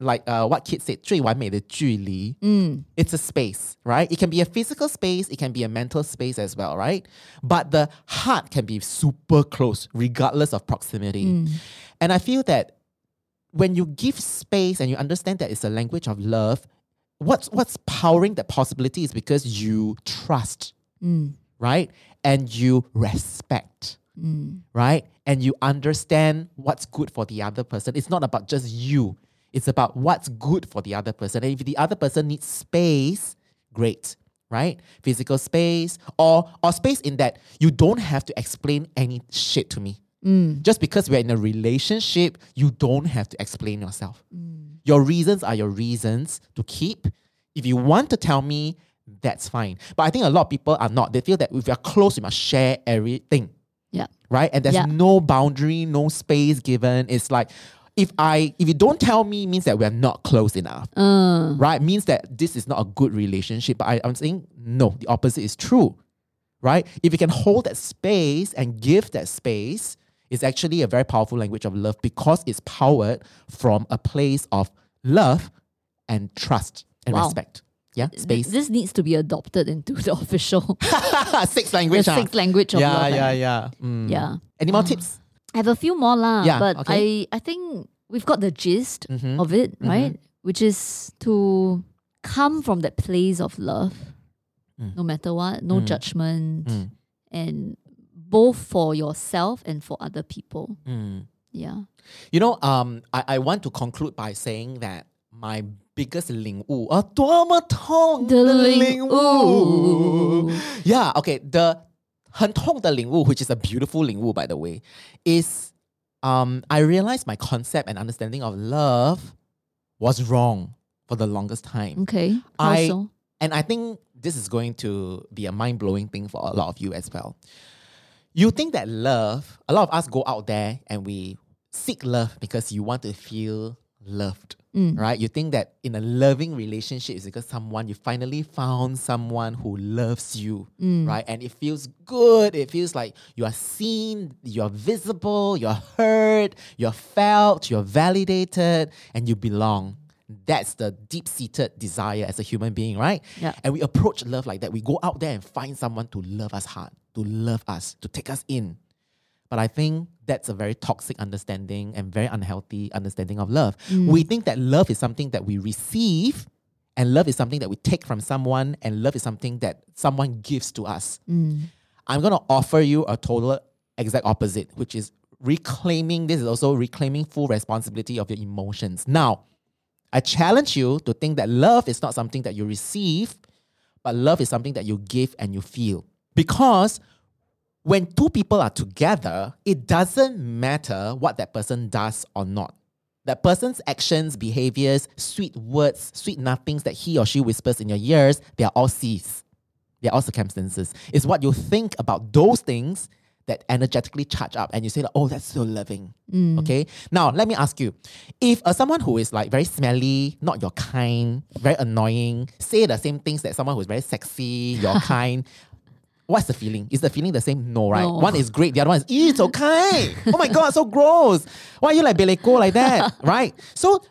[SPEAKER 1] like uh, what kids said, 最完美的距离,
[SPEAKER 2] Mm.
[SPEAKER 1] it's a space, right? It can be a physical space, it can be a mental space as well, right? But the heart can be super close, regardless of proximity. And I feel that when you give space and you understand that it's a language of love, what's what's powering that possibility is because you trust, right? And you respect, right? And you understand what's good for the other person. It's not about just you. It's about what's good for the other person. And if the other person needs space, great, right? Physical space or or space in that you don't have to explain any shit to me. Just because we're in a relationship, you don't have to explain yourself. Your reasons are your reasons to keep. If you want to tell me, that's fine. But I think a lot of people are not. They feel that if we are close, we must share everything,
[SPEAKER 2] Yeah.
[SPEAKER 1] right? And there's
[SPEAKER 2] Yeah.
[SPEAKER 1] no boundary, no space given. It's like if I if you don't tell me means that we're not close enough
[SPEAKER 2] Uh,
[SPEAKER 1] right? Means that this is not a good relationship. But I, I'm saying no, the opposite is true, right? If you can hold that space and give that space, it's actually a very powerful language of love because it's powered from a place of love and trust and
[SPEAKER 2] Wow.
[SPEAKER 1] respect. Yeah,
[SPEAKER 2] th-
[SPEAKER 1] space.
[SPEAKER 2] this needs to be adopted into the official
[SPEAKER 1] six
[SPEAKER 2] the
[SPEAKER 1] language. ah.
[SPEAKER 2] sixth language of
[SPEAKER 1] yeah,
[SPEAKER 2] love.
[SPEAKER 1] yeah,
[SPEAKER 2] I-
[SPEAKER 1] yeah, Mm.
[SPEAKER 2] yeah.
[SPEAKER 1] Any more tips?
[SPEAKER 2] I have a few more lah,
[SPEAKER 1] Yeah,
[SPEAKER 2] but
[SPEAKER 1] okay.
[SPEAKER 2] I I think we've got the gist
[SPEAKER 1] Mm-hmm.
[SPEAKER 2] of it, right? Which is to come from that place of love, no matter what, no judgment,
[SPEAKER 1] Mm.
[SPEAKER 2] and both for yourself and for other people.
[SPEAKER 1] Mm.
[SPEAKER 2] Yeah.
[SPEAKER 1] You know, um, I, I want to conclude by saying that my biggest 领悟, uh, 多么痛的领悟. Yeah, okay. The 很痛的领悟, which is a beautiful 领悟, by the way, is um, I realized my concept and understanding of love was wrong for the longest time.
[SPEAKER 2] Okay.
[SPEAKER 1] I-
[SPEAKER 2] also.
[SPEAKER 1] And I think this is going to be a mind blowing thing for a lot of you as well. You think that love, a lot of us go out there and we seek love because you want to feel loved, right? You think that in a loving relationship is because someone, you finally found someone who loves you, right? And it feels good. It feels like you are seen, you're visible, you're heard, you're felt, you're validated, and you belong. That's the deep seated desire as a human being, right?
[SPEAKER 2] Yeah.
[SPEAKER 1] And we approach love like that. We go out there and find someone to love us hard, to love us, to take us in. But I think that's a very toxic understanding and very unhealthy understanding of love. We think that love is something that we receive, and love is something that we take from someone, and love is something that someone gives to us.
[SPEAKER 2] Mm.
[SPEAKER 1] I'm going to offer you a total exact opposite, which is reclaiming. This is also reclaiming full responsibility of your emotions. Now, I challenge you to think that love is not something that you receive, but love is something that you give and you feel. Because when two people are together, it doesn't matter what that person does or not. That person's actions, behaviors, sweet words, sweet nothings that he or she whispers in your ears, they are all C's. They are all circumstances. It's what you think about those things that energetically charge up and you say like, oh that's so loving okay now let me ask you if uh, someone who is like very smelly not your kind very annoying say the same things that someone who's very sexy your kind What's the feeling? Is the feeling the same? No, right?
[SPEAKER 2] No.
[SPEAKER 1] One is great, the other one is "Ew, it's okay. oh my god, so gross. Why are you like beleko like that? right? So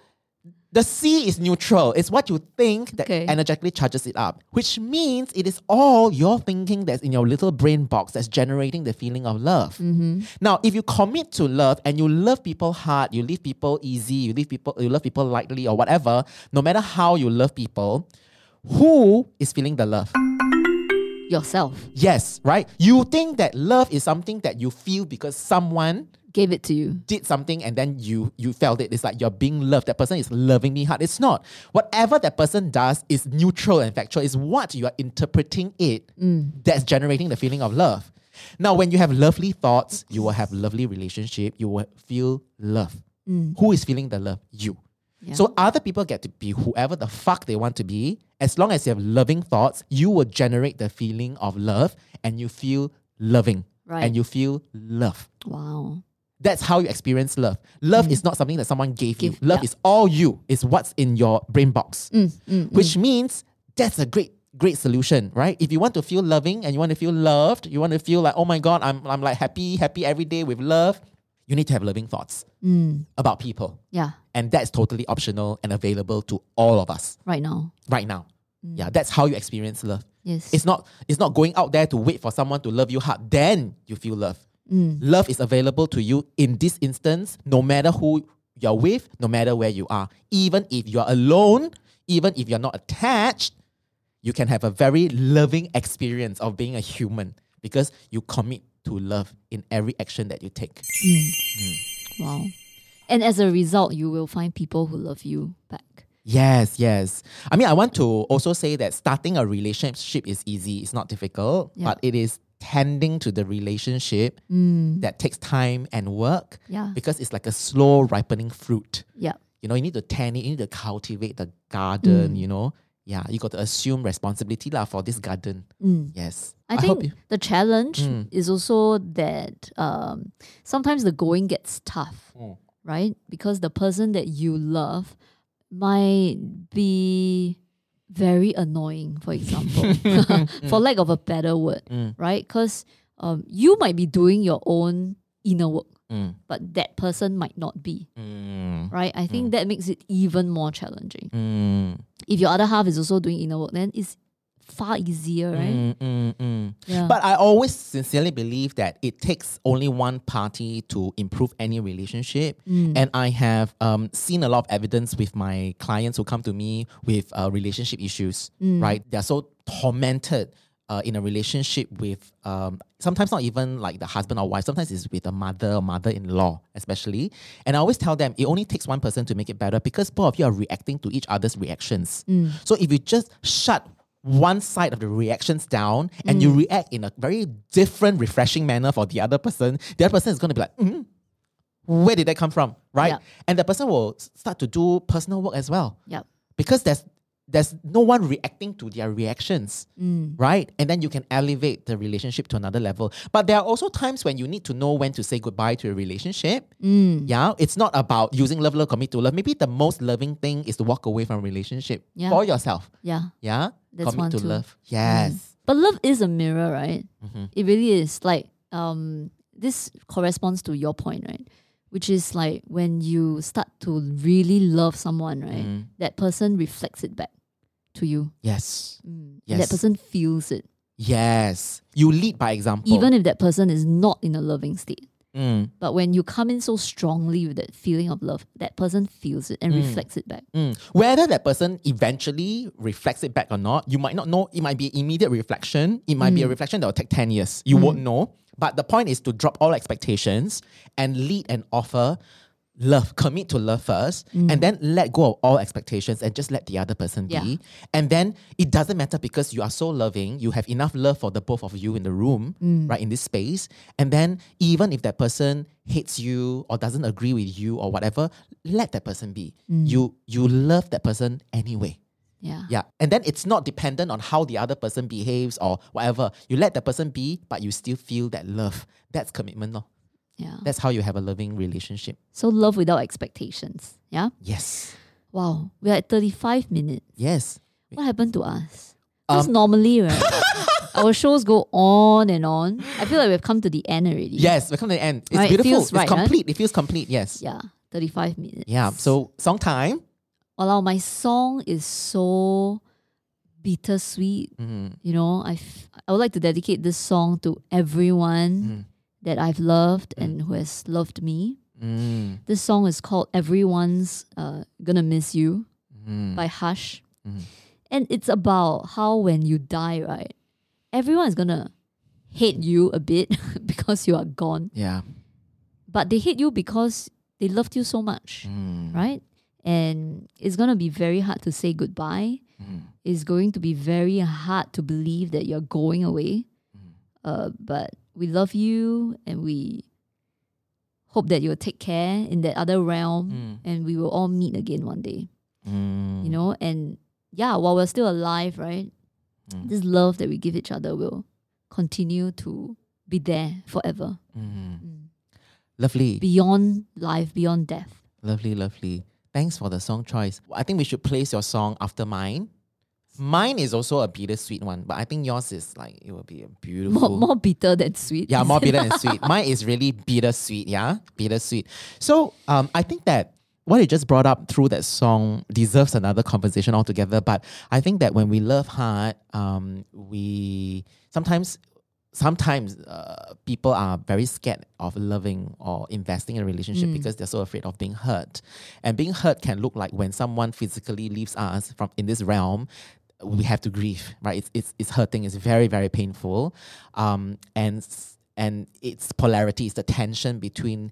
[SPEAKER 1] the C is neutral. It's what you think that
[SPEAKER 2] Okay.
[SPEAKER 1] energetically charges it up, which means it is all your thinking that's in your little brain box that's generating the feeling of love.
[SPEAKER 2] Mm-hmm.
[SPEAKER 1] Now, if you commit to love and you love people hard, you leave people easy, you leave people, you love people lightly or whatever, no matter how you love people, who is feeling the love?
[SPEAKER 2] Yourself
[SPEAKER 1] Yes, right? You think that love is something that you feel because someone
[SPEAKER 2] gave it to you.
[SPEAKER 1] did something and then you you felt it. It's like you're being loved. That person is loving me hard. It's not. Whatever that person does is neutral and factual. It's what you are interpreting it that's generating the feeling of love. Now, when you have lovely thoughts, you will have lovely relationship. You will feel love. Who is feeling the love? You.
[SPEAKER 2] Mm. Yeah.
[SPEAKER 1] So other people get to be whoever the fuck they want to be. As long as you have loving thoughts, you will generate the feeling of love and you feel loving.
[SPEAKER 2] Right.
[SPEAKER 1] And you feel love.
[SPEAKER 2] Wow.
[SPEAKER 1] That's how you experience love. Love is not something that someone gave you.
[SPEAKER 2] Give- Mm.
[SPEAKER 1] Love
[SPEAKER 2] yeah.
[SPEAKER 1] is all you. It's what's in your brain box. Which means that's a great great solution, right? If you want to feel loving and you want to feel loved, you want to feel like, "Oh my god, I'm I'm like happy, happy every day with love." You need to have loving thoughts about people.
[SPEAKER 2] mm. Yeah.
[SPEAKER 1] And that's totally optional and available to all of us
[SPEAKER 2] Right now.
[SPEAKER 1] right now. Yeah, that's how you experience love.
[SPEAKER 2] Yes.
[SPEAKER 1] It's not it's not going out there to wait for someone to love you hard. Then you feel love. Love is available to you in this instance, no matter who you're with, no matter where you are. Even if you're alone, even if you're not attached, you can have a very loving experience of being a human because you commit to love in every action that you take.
[SPEAKER 2] wow. And as a result, you will find people who love you back.
[SPEAKER 1] Yes, yes. I mean, I want to also say that starting a relationship is easy, it's not difficult,
[SPEAKER 2] Yeah.
[SPEAKER 1] but it is tending to the relationship that takes time and work
[SPEAKER 2] Yeah.
[SPEAKER 1] because it's like a slow ripening fruit.
[SPEAKER 2] Yeah.
[SPEAKER 1] You know, you need to tend it, you need to cultivate the
[SPEAKER 2] Mm.
[SPEAKER 1] garden, you know. Yeah, you got to assume responsibility lah for this garden. Yes.
[SPEAKER 2] I,
[SPEAKER 1] hope
[SPEAKER 2] think
[SPEAKER 1] you- Mm.
[SPEAKER 2] the challenge is also that um, sometimes the going gets tough, right? Because the person that you love might be very annoying, for example, for lack of a better word,
[SPEAKER 1] Mm,
[SPEAKER 2] right? Because um, you might be doing your own inner work,
[SPEAKER 1] Mm.
[SPEAKER 2] but that person might not be,
[SPEAKER 1] Mm,
[SPEAKER 2] right? I think that makes it even more challenging.
[SPEAKER 1] mm,
[SPEAKER 2] If your other half is also doing inner work, then it's far easier, right?
[SPEAKER 1] mm, mm, mm.
[SPEAKER 2] Yeah.
[SPEAKER 1] But I always sincerely believe that it takes only one party to improve any relationship. And I have um, seen a lot of evidence with my clients who come to me with uh, relationship issues, right? They're so tormented. Uh, in a relationship with um, sometimes not even like the husband or wife, sometimes it's with a mother or mother in law, especially. And I always tell them it only takes one person to make it better because both of you are reacting to each other's reactions. So if you just shut one side of the reactions down and
[SPEAKER 2] Mm.
[SPEAKER 1] you react in a very different, refreshing manner for the other person, the other person is going to be like, mm, where did that come from? Right?
[SPEAKER 2] Yeah.
[SPEAKER 1] And the person will s- start to do personal work as well
[SPEAKER 2] Yep.
[SPEAKER 1] because there's there's no one reacting to their reactions,
[SPEAKER 2] Mm.
[SPEAKER 1] right? And then you can elevate the relationship to another level. But there are also times when you need to know when to say goodbye to a relationship.
[SPEAKER 2] Mm.
[SPEAKER 1] Yeah, it's not about using love, love, commit to love. Maybe the most loving thing is to walk away from a relationship
[SPEAKER 2] Yeah.
[SPEAKER 1] for yourself.
[SPEAKER 2] Yeah.
[SPEAKER 1] Yeah,
[SPEAKER 2] That's
[SPEAKER 1] commit
[SPEAKER 2] one
[SPEAKER 1] to
[SPEAKER 2] too.
[SPEAKER 1] love. Mm. Mm-hmm. Yes.
[SPEAKER 2] But love is a mirror, right? It really is. Like, um, this corresponds to your point, right? Which is like when you start to really love someone, right?
[SPEAKER 1] Mm.
[SPEAKER 2] That person reflects it back to you.
[SPEAKER 1] Yes.
[SPEAKER 2] Mm.
[SPEAKER 1] Yes.
[SPEAKER 2] That person feels it,
[SPEAKER 1] Yes. You lead by example.
[SPEAKER 2] even if that person is not in a loving state.
[SPEAKER 1] Mm,
[SPEAKER 2] But when you come in so strongly with that feeling of love, that person feels it and reflects it back.
[SPEAKER 1] mm. whether that person eventually reflects it back or not, you might not know. It might be immediate reflection. It might be a reflection that will take 10 years. You won't know. But the point is to drop all expectations and lead and offer love, commit to love first, and then let go of all expectations and just let the other person
[SPEAKER 2] Yeah.
[SPEAKER 1] be. And then it doesn't matter because you are so loving, you have enough love for the both of you in the room,
[SPEAKER 2] Mm.
[SPEAKER 1] right, in this space. And then even if that person hates you or doesn't
[SPEAKER 2] Mm.
[SPEAKER 1] agree with you or whatever, let that person be. You you love that person anyway.
[SPEAKER 2] Yeah.
[SPEAKER 1] Yeah. And then it's not dependent on how the other person behaves or whatever. You let the person be, but you still feel that love. That's commitment. lor.
[SPEAKER 2] Yeah.
[SPEAKER 1] That's how you have a loving relationship.
[SPEAKER 2] So love without expectations. Yeah.
[SPEAKER 1] Yes.
[SPEAKER 2] Wow. We're at 35 minutes.
[SPEAKER 1] Yes.
[SPEAKER 2] What happened to us?
[SPEAKER 1] Um,
[SPEAKER 2] Because normally, right? our shows go on and on. I feel like we've come to the end already.
[SPEAKER 1] Yes. We're coming to the end. It's
[SPEAKER 2] Right, it
[SPEAKER 1] beautiful.
[SPEAKER 2] feels
[SPEAKER 1] it's
[SPEAKER 2] right, huh?
[SPEAKER 1] complete. It feels complete. Yes.
[SPEAKER 2] Yeah. 35 minutes.
[SPEAKER 1] Yeah. So song time.
[SPEAKER 2] Wow, my song is so bittersweet.
[SPEAKER 1] Mm-hmm.
[SPEAKER 2] You know, I, f- I would like to dedicate this song to everyone that I've loved and who has loved me.
[SPEAKER 1] Mm.
[SPEAKER 2] This song is called Everyone's uh, Gonna Miss You
[SPEAKER 1] Mm.
[SPEAKER 2] by Hush. And it's about how when you die, right, everyone's gonna hate you a bit because you are gone.
[SPEAKER 1] Yeah.
[SPEAKER 2] But they hate you because they loved you so much,
[SPEAKER 1] Mm. Mm-hmm.
[SPEAKER 2] right? And it's gonna be very hard to say goodbye.
[SPEAKER 1] Mm-hmm.
[SPEAKER 2] It's going to be very hard to believe that you're going away. Uh, but we love you and we hope that you'll take care in that other realm and we will all meet again one day
[SPEAKER 1] Mm.
[SPEAKER 2] you know and yeah while we're still alive right
[SPEAKER 1] Mm.
[SPEAKER 2] this love that we give each other will continue to be there forever
[SPEAKER 1] Mm-hmm. Mm. Lovely.
[SPEAKER 2] beyond life beyond death
[SPEAKER 1] Lovely, lovely. Thanks for the song choice. I think we should place your song after mine. Mine is also a bittersweet one, but I think yours is like it will be a beautiful.
[SPEAKER 2] more, more bitter than sweet
[SPEAKER 1] yeah,
[SPEAKER 2] is
[SPEAKER 1] more
[SPEAKER 2] it?
[SPEAKER 1] bitter and sweet. Mine is really bittersweet. Yeah, bittersweet. So um, I think that what you just brought up through that song deserves another conversation altogether. But I think that when we love hard, um, we sometimes sometimes uh, people are very scared of loving or investing in a relationship because they're so afraid of being hurt. And being hurt can look like when someone physically leaves us from in this realm, we have to grieve, right? It's it's, it's hurting. It's very very painful, um, and s- and its polarity is the tension between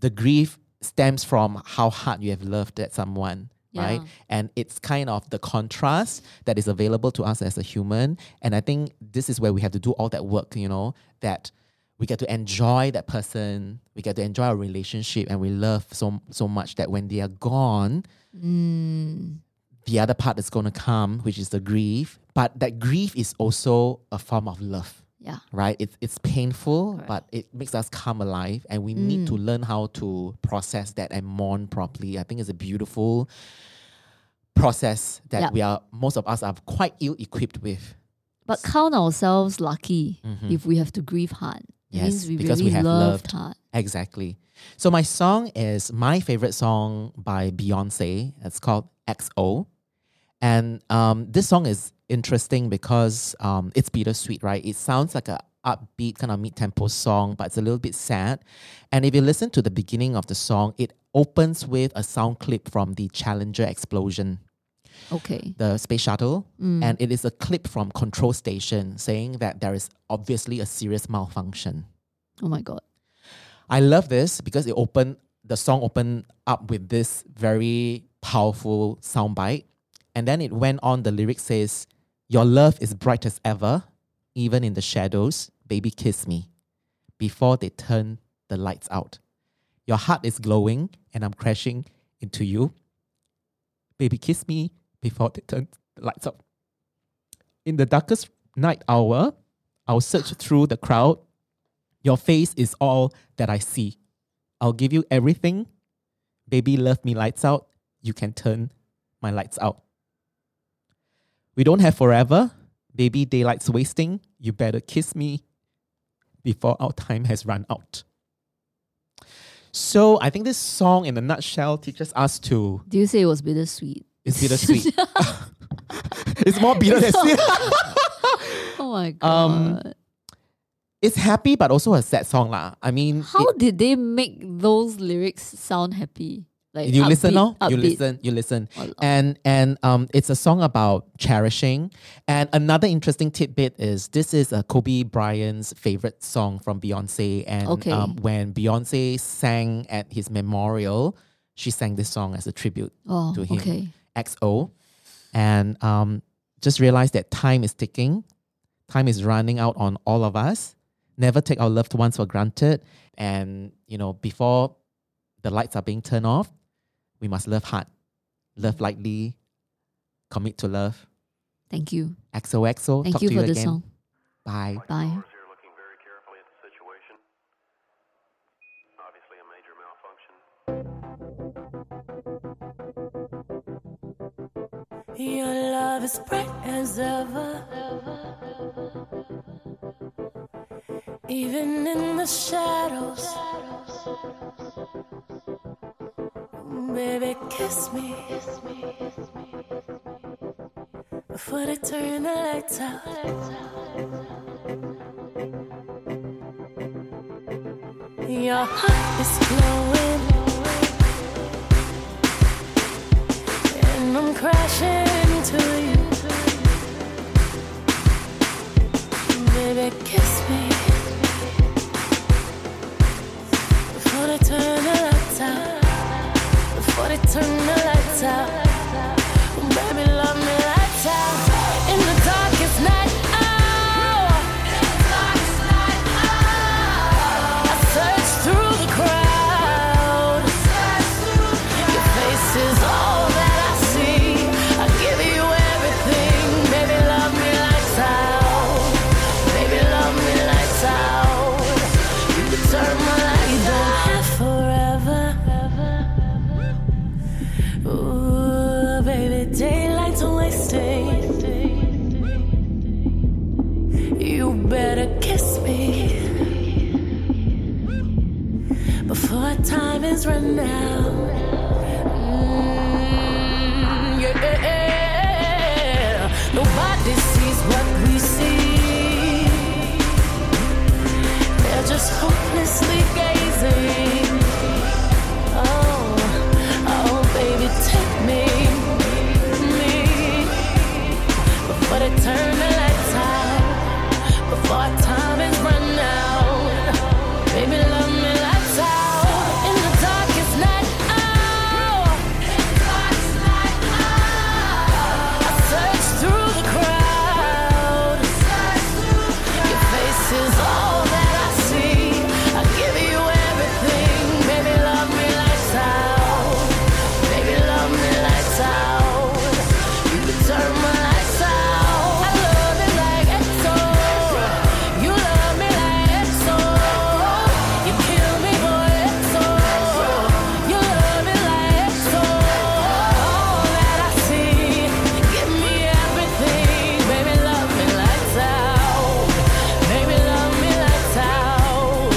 [SPEAKER 1] the grief stems from how hard you have loved that someone. Right,
[SPEAKER 2] Yeah.
[SPEAKER 1] and it's kind of the contrast that is available to us as a human, and I think this is where we have to do all that work. You know that we get to enjoy that person, we get to enjoy our relationship, and we love so so much that when they are gone,
[SPEAKER 2] Mm.
[SPEAKER 1] the other part that's going to come, which is the grief. But that grief is also a form of love,
[SPEAKER 2] yeah
[SPEAKER 1] right? It's it's painful, but it makes us come alive, and we need to learn how to process that and mourn properly. I think it's a beautiful process that
[SPEAKER 2] Yup.
[SPEAKER 1] we are most of us are quite ill equipped with. Mm-hmm.
[SPEAKER 2] but count ourselves lucky if we have to grieve hard it
[SPEAKER 1] Yes,
[SPEAKER 2] means we
[SPEAKER 1] because we
[SPEAKER 2] really
[SPEAKER 1] have
[SPEAKER 2] loved
[SPEAKER 1] loved.
[SPEAKER 2] hard
[SPEAKER 1] Exactly. So my song is my favorite song by Beyonce. It's called XO. And um, this song is interesting because um, it's bittersweet, right? It sounds like a upbeat kind of mid-tempo song, but it's a little bit sad. And if you listen to the beginning of the song, it opens with a sound clip from the Challenger explosion
[SPEAKER 2] okay
[SPEAKER 1] the space shuttle, and it is a clip from control station saying that there is obviously a serious malfunction.
[SPEAKER 2] oh my god
[SPEAKER 1] I love this because it opened the song opened up with this very powerful soundbite, and then it went on. The lyric says, "Your love is bright as ever, even in the shadows. Baby, kiss me, before they turn the lights out. Your heart is glowing, and I'm crashing into you. Baby, kiss me before they turn the lights out. In the darkest night hour, I'll search through the crowd your face is all that I see. I'll give you everything. Baby, love me lights out. You can turn my lights out. We don't have forever. Baby, daylight's wasting. You better kiss me before our time has run out. So I think this song, in a nutshell, teaches us to.
[SPEAKER 2] do you say it was bittersweet
[SPEAKER 1] It's bittersweet. it's more bitter than sweet.
[SPEAKER 2] oh my god
[SPEAKER 1] Um, It's happy, but also a sad song, lah. I mean,
[SPEAKER 2] how did they make those lyrics sound happy like
[SPEAKER 1] you listen
[SPEAKER 2] upbeat-
[SPEAKER 1] now you
[SPEAKER 2] upbeat.
[SPEAKER 1] listen you listen
[SPEAKER 2] Or- or-
[SPEAKER 1] and and um it's a song about cherishing and another interesting tidbit is this is uh, kobe bryant's favorite song from beyonce and
[SPEAKER 2] Okay.
[SPEAKER 1] um, when beyonce sang at his memorial she sang this song as a tribute
[SPEAKER 2] oh,
[SPEAKER 1] to him.
[SPEAKER 2] okay
[SPEAKER 1] xo and um just realize that time is ticking time is running out on all of us never take our loved ones for granted and you know before the lights are being turned off we must love hard love lightly Commit to Love.
[SPEAKER 2] Thank you.
[SPEAKER 1] XOXO.
[SPEAKER 2] Thank
[SPEAKER 1] Talk
[SPEAKER 2] you
[SPEAKER 1] to
[SPEAKER 2] for
[SPEAKER 1] you
[SPEAKER 2] this song.
[SPEAKER 1] again. Bye.
[SPEAKER 2] Bye.
[SPEAKER 3] Here, looking very carefully at the situation. Obviously, a major malfunction.
[SPEAKER 4] Your love is bright as ever. Even in the shadows. Baby, kiss me. Before they turn the lights out. Your heart is glowing. And I'm crashing into you. Baby, kiss me. Before they turn the lights out. Before they turn the lights out. Baby, love me lights out. In the darkest night. Oh. hour. I search through the crowd. Your face is all that I see. I give you everything. Baby, love me lights out. Baby, love me lights out. You can turn my lights you don't have forever. Ooh, baby, daylight's wasting. You better kiss me before time is run out. Mm, yeah. Nobody sees what we see. They're just hopelessly gazing. Oh, oh, baby, take me, me. Before they turn the lights out, before our time is run out. Baby, love me lights out in the darkest night. oh. Hour. I search through the crowd. Your face is all that I see. I give you everything. Baby, love me lights out. Baby, love me lights out. You can turn my lights out. I love it like EXO. You love me like EXO. You kill me for EXO. You love me like EXO. All that I see, give me everything. Baby, love me lights out. Baby, love me lights out.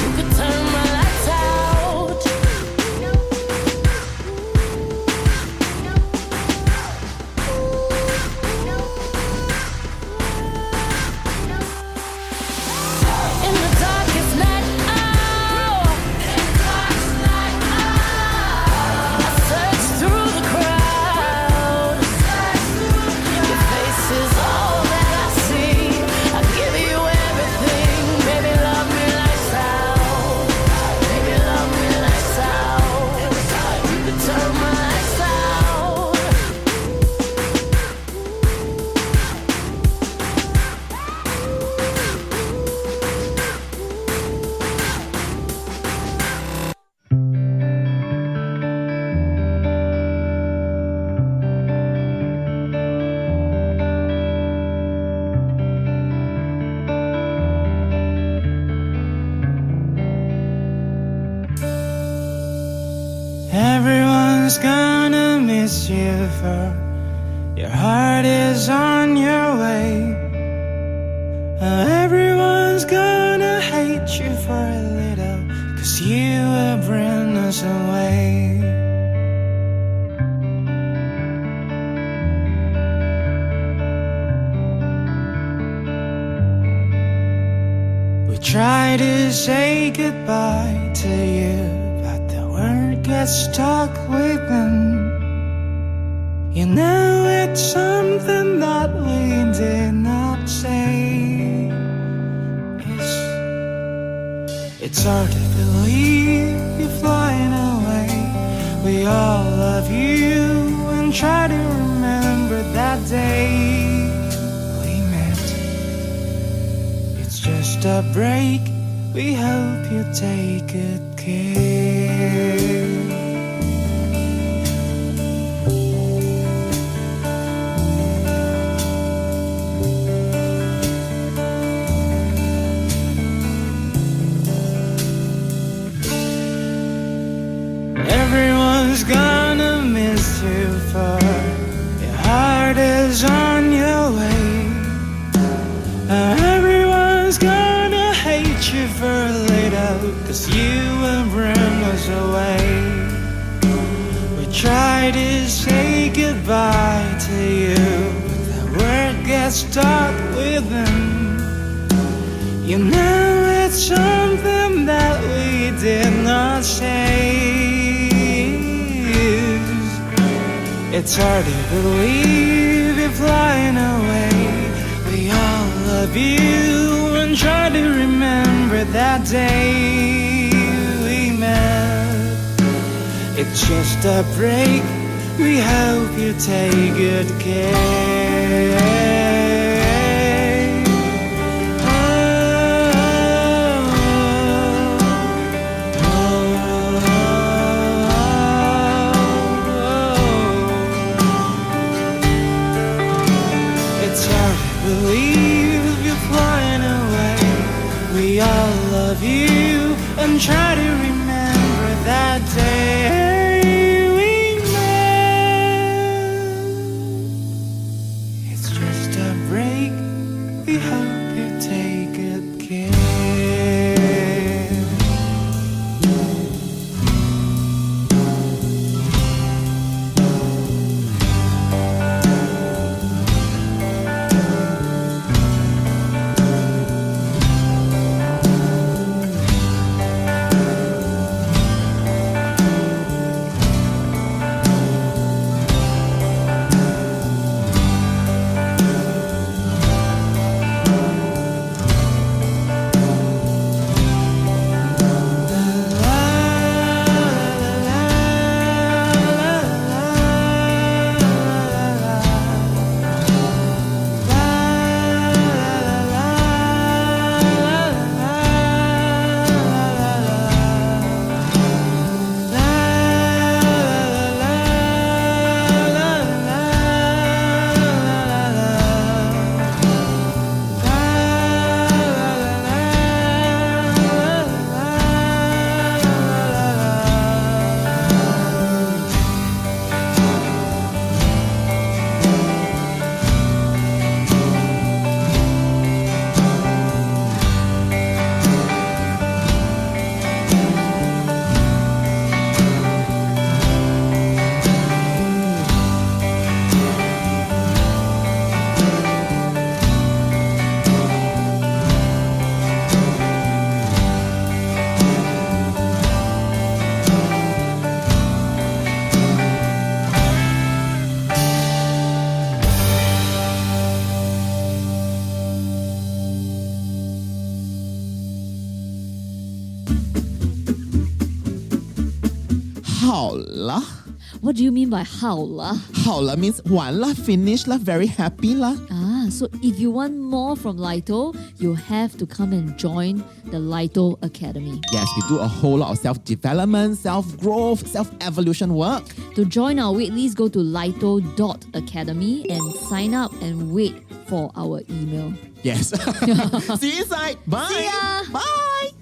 [SPEAKER 4] You can turn my lights out. In the darkest night Oh. hour. I search through the crowd. Your face is all that I see. I give you everything. Baby, love me lights out. Baby, love me lights out. You can turn my lights out.
[SPEAKER 5] Everyone's gonna miss you for your heart is on your way. Uh, everyone's gonna hate you for a little, cause you will bring us away. We try to say goodbye to you, but the word gets stuck within. You know it's something that we did not say. It's, it's hard to believe you're flying away. We all love you and try to remember that day we met. It's just a break. We hope you take good care. is on your way. Now everyone's gonna hate you for later, cause you will bring us away. We try to say goodbye to you, but the word gets stuck within. You know it's something that we did not say. It's hard to believe you're flying away. We all love you and try to remember that day we met. It's just a break. We hope you take good care. Oh. oh. It's hard to believe you're flying away. We all love you and try to remember that day we met. It's just a break. We hope you take good care.
[SPEAKER 1] Hola.
[SPEAKER 2] What do you mean by how lah?
[SPEAKER 1] Hola means one la, finish la, very happy la.
[SPEAKER 2] Ah, so if you want more from Lito, you have to come and join the Lito Academy.
[SPEAKER 1] Yes, we do a whole lot of self-development, self-growth, self-evolution work.
[SPEAKER 2] To join our wait list, go to lito.academy and sign up and wait for our email.
[SPEAKER 1] Yes. See you inside. Bye.
[SPEAKER 2] ya.
[SPEAKER 1] Bye.